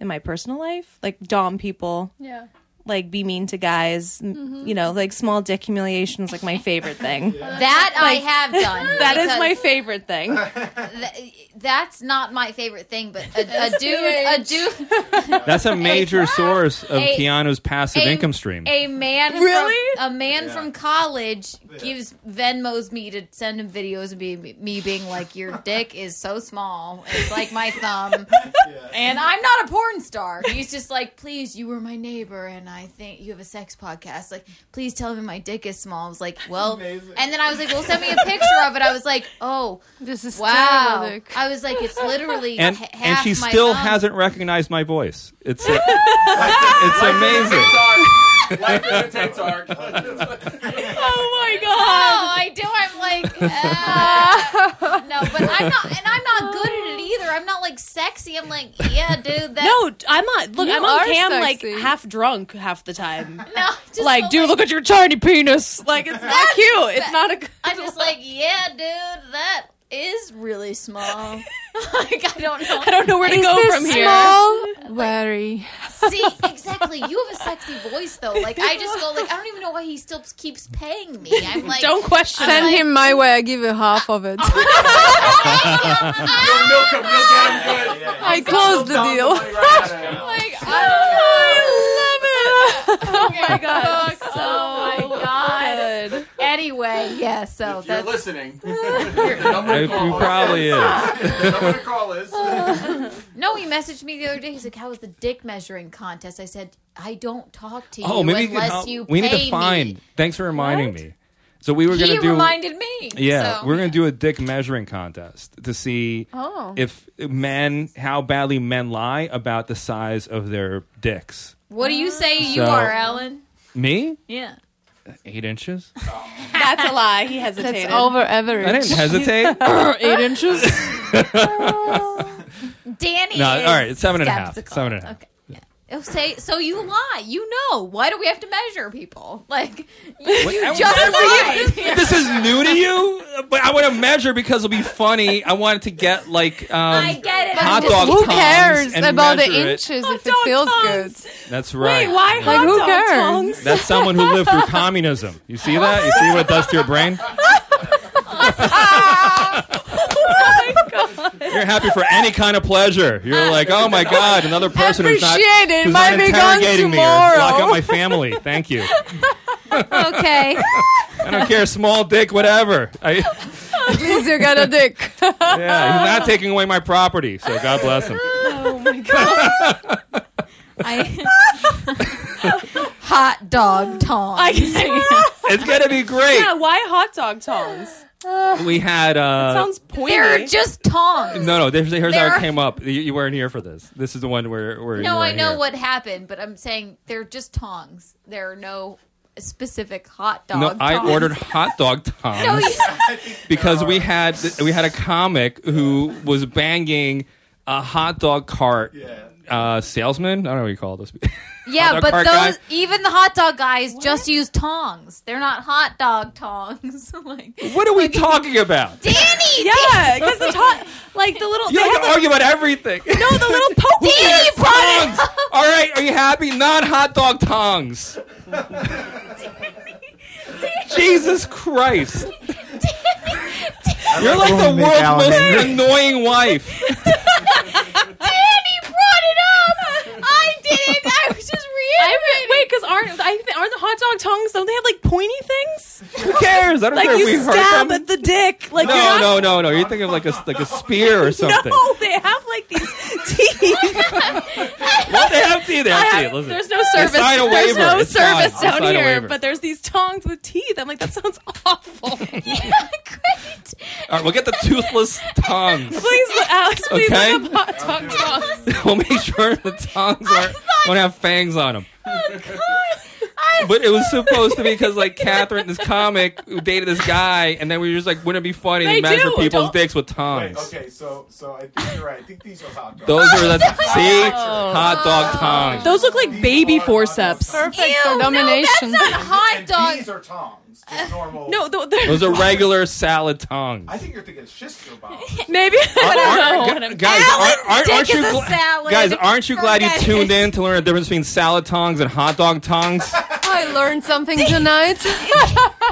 in my personal life, like dom people,
yeah.
like be mean to guys. n- You know, like small dick humiliation is like my favorite thing.
that I have done
That is my
because-
favorite thing.
that's not my favorite thing but a, a dude a dude
That's a major source of
A-
Keanu's passive
a-
income stream.
A man,
Really?
From, a man from college gives Venmos me to send him videos of me, me being like, "Your dick is so small, it's like my thumb," and I'm not a porn star. He's just like, "Please, you were my neighbor, and uh, I think you have a sex podcast. Like, please tell him my dick is small. I was like, well, and then I was like, well, send me a picture of it. I was like, oh,
This is
wow.
terrible, Luke.
I was like, it's literally
and
ha-
and
half
she
my
still
thumb.
hasn't recognized my voice. It's it's amazing.
Life is a tense arc.
Oh my god.
No, I do. I'm like, uh, no, but I'm not, and I'm not good at it either. I'm not like sexy. I'm like, yeah, dude. That,
No, I'm not. Look,
You
I'm on
are
cam
sexy.
like half drunk half the time.
no, I just
like,
felt
dude, look at your tiny penis. Like, it's not
That's
cute. It's not a. Good
I'm just like, yeah, dude. That is really small. like, I don't know.
I don't know where to
Is
go
this
from here.
small? Very.
See, exactly. You have a sexy voice, though. Like, I just go, like, I don't even know why he still keeps paying me. I'm like,
Don't question
Send
it.
him my way. I give you half of it.
You'll milk him. You'll get him good.
I closed the deal.
like, I don't know. oh my god. So, oh my god.
Good.
Anyway, yeah.
uh,
So
If you're
that's
listening, the number
It
to call
probably is.
the number to call is.
no. He messaged me the other day. He's like, "How was the dick measuring contest?" I said, "I don't talk to you
Oh, maybe you can
unless
help-
you
we need
pay
to find.
me."
Thanks for reminding me. So we were
He
gonna do.
reminded me.
yeah,
so-
we're gonna do a dick measuring contest to see
Oh.
if men how badly men lie about the size of their dicks.
What do you say you
So-
are, Alan?
Me,
Yeah.
eight inches.
That's a lie. He
It's
hesitated.
over
I
average.
didn't hesitate.
Eight inches.
Danny.
No,
is
all right, it's seven and a half.
skeptical.
Seven and a half.
Okay. Yeah. It'll say so. You lie. You know. Why do we have to measure people? Like you,
What-
you
I would
just lied.
this is new to you, but I want to measure because it'll be funny. I wanted to get like um,
I get it.
hot
I'm
dog
Who
tongs
cares
and
about the
measure it.
inches if it
dog
feels good?
tongs.
That's right.
Wait, why
Yeah.
hot
who
dog
cares?
tongs?
That's someone who lived through communism. You see that? You see what it does to your brain? You're happy for any kind of pleasure. You're like, oh my god, another person who's not,
Appreciate it.
who's
Might
not
be gone
interrogating me or
tomorrow.
lock up my family. Thank you.
okay.
I don't care, small dick, whatever. I,
At least you got a dick.
yeah, he's not taking away my property, so God bless him.
Oh my god.
I, hot dog tongs.
I can't.
It's gonna be great.
yeah, why hot dog tongs?
We had uh,
Sounds pointy.
They're just tongs.
no, no. There's, here's
There
how
are-
it came up. You, you weren't here for this. This is the one where where you
No, I
weren't
know
here.
what happened, but I'm saying they're just tongs. There are no specific hot dog.
No, I
tongs.
ordered hot dog tongs
No, you-
because we had we had a comic who was banging a hot dog cart uh, salesman. I don't know what you call those.
yeah,
dog
but
cart
those
guy.
even the hot dog guys just use tongs. They're not hot dog tongs. like
what are we talking about?
Danny,
yeah, because the hot, like the little.
You
they
like
have
to argue about everything.
the, no, the little pokey.
Danny brought it.
tongs. All right, are you happy? Not hot dog tongs. Jesus Christ. You're like the
Everyone make
world's
Alan
most
angry.
annoying wife.
Danny brought it up. I didn't. I was just
I,
reiterating.
wait, because aren't I think aren't the hot dog tongs? Don't they have like pointy things?
Who cares? I don't
Like
care if we
you
hurt
stab
them.
at the dick. Like
No,
you're not,
no, no, no. You're thinking of like a like a spear or something.
No, they have like these teeth.
Well, they have teeth. They
I
have teeth.
have-
Listen.
there's no service.
sign a
there's
waiver.
no
It's fine.
service
Just
down
sign a
here,
waiver.
but there's these tongs with teeth. I'm like, that sounds awful.
Great.
All right, we'll get the toothless tongues.
please, look- Alex, please
Okay.
look up hot dog tongs.
we'll make sure the tongues aren't, don't have fangs on them.
Oh,
I-
But it was supposed to be because like Catherine, this comic who dated this guy, and then we were just like, wouldn't it be funny
They
to measure
do,
people's
don't-
dicks with tongues?
okay, so so I think you're right. I think these are hot dogs.
Those are the see
Oh.
hot dog tongues.
Those look like baby forceps.
Perfect
Ew,
for
no,
domination.
that's not a hot dog.
These are tongs. Just normal.
No, th- they're,
Those are regular salad tongues.
I think you're thinking shister bombs.
maybe. I
Aren't-
don't know.
gu- Guys,
Alan's
aren't, aren't,
dick
aren't you
is a
gla-
salad.
guys, aren't you glad you
Forget
tuned
it.
in to learn the difference between salad tongs and hot dog tongs?
I learned something tonight.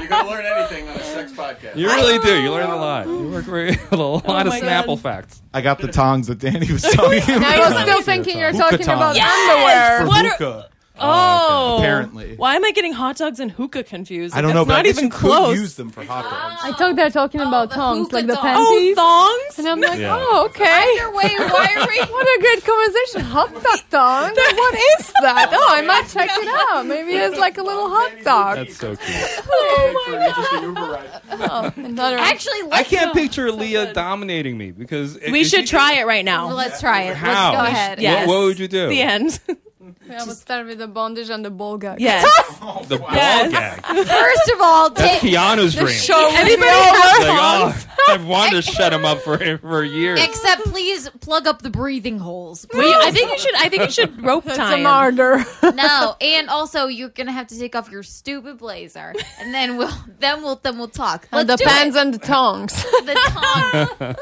You're gonna learn anything on a sex podcast.
You really do. You learn a lot. You work very, with a lot of
Oh my
Snapple
God.
facts.
I got the tongs that Danny was talking about.
I was still thinking you're
Hookah
talking
tongs.
about
Yes!
underwear.
For
What are-
hookah. uh,
Oh,
Apparently.
Why am I getting hot dogs and hookah confused?
I don't
That's
know, but
not
I guess
even
you
close.
Could use them for hot dogs.
I thought they're talking about
the
tongs,
hookah
like Oh, the
dong.
panties.
oh, thongs.
and I'm like,
Yeah.
oh, okay.
Either way, why are we?
What a great conversation. Hot dog tongue? what is that? Oh, I might check it out. Maybe it's like a little hot dog.
That's so cute.
Oh, another
Actually, let's
I can't
go.
picture Leah dominating me because if-
We
if
should
she-
try it right now.
Let's try it.
How?
Let's go ahead.
Yes.
What would you do?
The
Oh.
end.
I would start with the bondage and the ball gag.
Yes.
The ball
Yes.
gag.
First of all,
That's
take-
Keanu's dream.
Anybody
Like,
have tongs?
oh, I've wanted to shut him up for for years.
except please plug up the breathing holes.
We- I think you should. I think you should rope tie.
It's a
him.
murder.
No, and also you're gonna have to take off your stupid blazer, and then we'll then we'll then we'll talk. Let's
and the
do
pants
it.
and the tongs.
the tongue.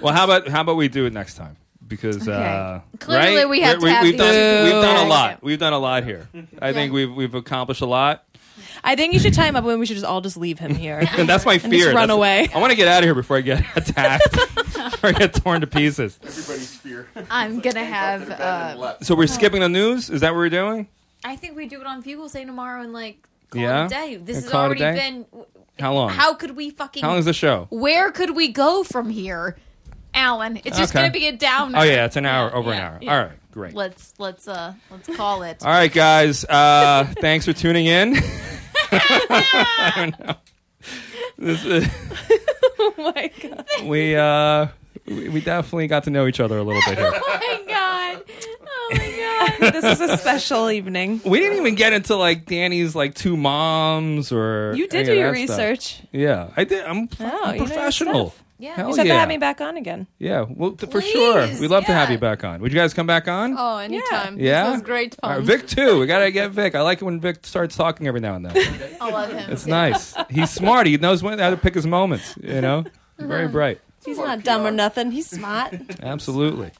Well, how about how about we do it next time? Because uh,
Clearly
right?
we have
We're-
to have
we've done
these-
we've done a
Boo.
lot. We've done a lot here. I think we've we've accomplished a lot,
I think you should tie him up, and we should just all just leave him here.
and that's my fear.
run
That's-
away.
I want to get out of here before I get attacked or get torn to pieces.
Everybody's fear.
I'm gonna have. Uh,
So we're skipping the news. Is that what we're doing?
I think we do it on Fugle Say tomorrow and like call
Yeah?
it a day. This
And
has
call it a
already
day?
been.
How long?
How could we fucking?
how long is the show?
where could we go from here, Alan? It's just
Okay.
gonna be a downer.
Oh yeah, it's an hour over
yeah,
an hour.
yeah.
All right, great.
Let's let's uh let's call it.
All right, guys. Uh, thanks for tuning in. I don't know. This is-
oh my god.
we uh, we we definitely got to know each other a little bit here.
Oh my god. Oh my god.
This is a special evening.
We didn't even get into like Danny's like two moms or
You
any
did
of
do your
that stuff.
research. Oh,
Yeah, I did. I'm,
you know
I'm
your
professional.
stuff.
Yeah.
Hell
You said
yeah.
to have me back on again.
Yeah, well, th- for
Please,
sure. We'd love to have
yeah.
you back on. Would you guys come back on?
Oh, anytime.
Yeah?
This was great
All
fun.
right, Vic too. We gotta get Vic. I like it when Vic starts talking every now and then.
I love him.
It's nice. He's smart. He knows when how to pick his moments. You know,
Uh-huh.
very bright.
He's not dumb or nothing. He's smart.
Absolutely.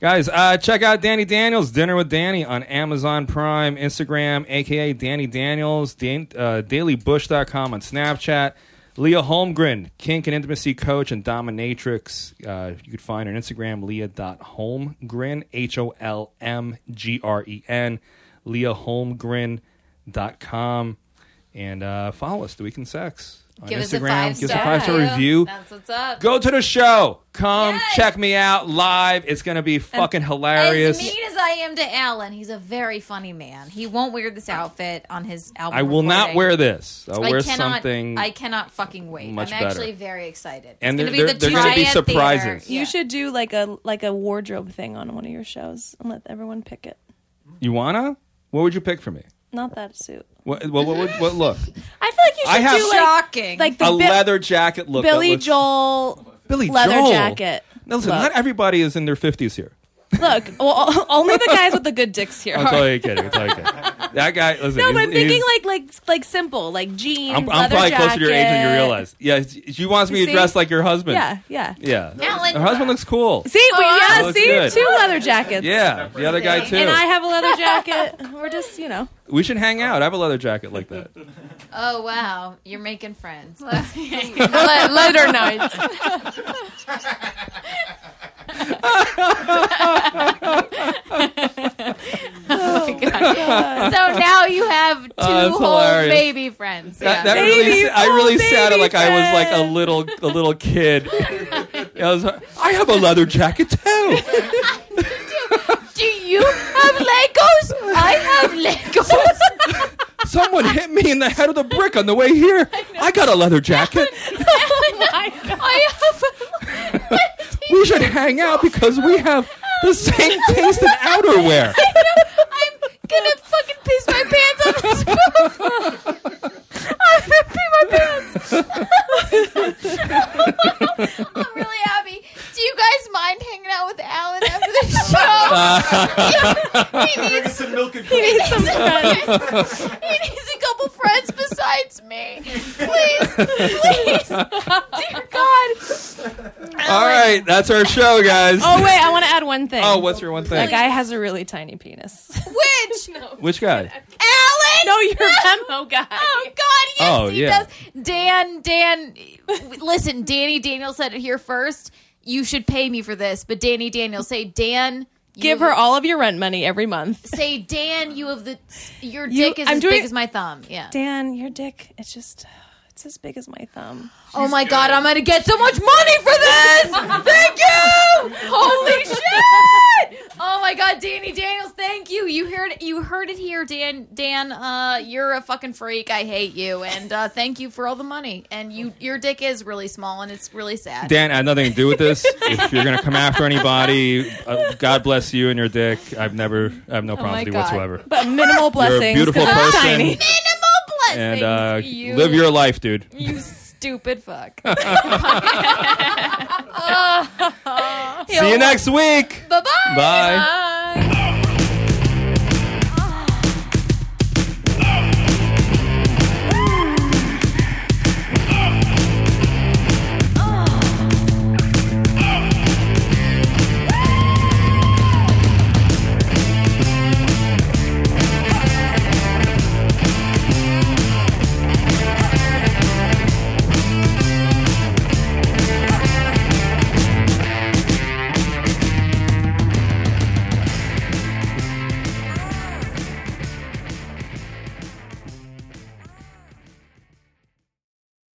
Guys, uh, check out Danny Daniels, Dinner with Danny on Amazon Prime, Instagram, aka Danny Daniels, Dan- uh, dailybush.com on Snapchat. Leah Holmgren, kink and intimacy coach and dominatrix. Uh, you could find her on Instagram, leah.holmgren, H O L M G R E N, leahholmgren.com. And uh, follow us, The Week in Sex. On
Give us a
Instagram,
five
give us a
star
five star
review.
review
That's what's up.
go to the show. Come
Yes.
check me out live. It's gonna be fucking
As
hilarious.
mean as I am to Alan, he's a very funny man. He won't wear this outfit on his album.
I will not
recording.
wear this. I'll
I
wear
cannot,
something.
I cannot fucking wait.
much
I'm
better.
actually very excited.
And
it's
they're-
gonna be the
they're- they're gonna be
Triad
surprises.
Theater.
You
Yeah.
should do like a like a wardrobe thing on one of your shows and let everyone pick it.
you wanna? What would you pick for me?
Not that suit.
What what what, what, what look?
I feel like you should
I have-
do like,
shocking.
like the
A
Bi-
leather jacket look. that
Billy
looks-
Joel
Billy
leather
Joel.
jacket.
Now listen,
look.
not everybody is in their fifties here.
Look, well, only the guys with the good dicks here.
I'm
are.
totally kidding. I'm totally kidding. That guy. Listen,
No, but
he's-
I'm thinking
he's-
like like like simple, like jeans.
I'm, I'm
leather
probably
jacket.
closer to your age than you realize. Yeah, she she wants me
You
to
see?
dress like your husband.
Yeah, yeah.
yeah.
Alan,
Her husband looks cool.
See, we,
That
yeah,
looks
see,
good.
two leather jackets.
Yeah, the other guy too.
and I have a leather jacket. We're just, you know,
we should hang out. I have a leather jacket like that.
oh wow, you're making friends.
Le- leather night.
so now you have two
Oh, that's
whole
hilarious.
baby friends.
That,
yeah.
that really,
Baby
I really
friend,
sounded
baby
like I was like a
friend.
little, a little kid. I was, like, I have a leather jacket too.
Do you have Legos? I have Legos.
Someone hit me in the head with a brick on the way here. I got a leather jacket.
I have.
We should hang out because we have the same taste in outerwear.
I'm gonna fucking piss my pants on this roof. I'm gonna pee my pants. I'm really happy. Do you guys mind hanging out with Alan after the show? he, needs,
Some milk and
he, needs some friends. he needs a couple friends besides me. Please, please, dear God.
All right, that's our show, guys.
Oh wait, I want to add one thing.
Oh, what's your one
that
thing?
guy has a really tiny penis.
Which
Which guy?
Alan?
no, your memo guy.
Oh God, yes,
Oh,
he
yeah.
does. Dan, Dan, listen, Danny Daniel said it here first. You should pay me for this, but Danny Daniel say Dan
Give her all of your rent money every month.
Say, Dan, you have the your
You-
dick is
I'm
as
doing-
big as my thumb. Yeah.
Dan, your dick, it's just, it's as big as my thumb.
oh my god, I'm gonna get so much money for this. thank you. Holy shit. Oh my god, Danny Daniels, thank you. You heard it. You heard it here, Dan. Dan, uh, you're a fucking freak. I hate you, and uh, thank you for all the money. And you, your dick is really small, and it's really sad.
Dan, I had nothing to do with this. if you're gonna come after anybody, uh, God bless you and your dick. I've never, I have no
my
problem with you
God.
whatsoever.
But minimal
You're a
blessings.
beautiful
'cause it's
person,
Tiny.
Minimal
and
blessings.
uh,
you.
live your life, dude.
You stupid fuck.
See you next week.
Bye-bye.
Bye.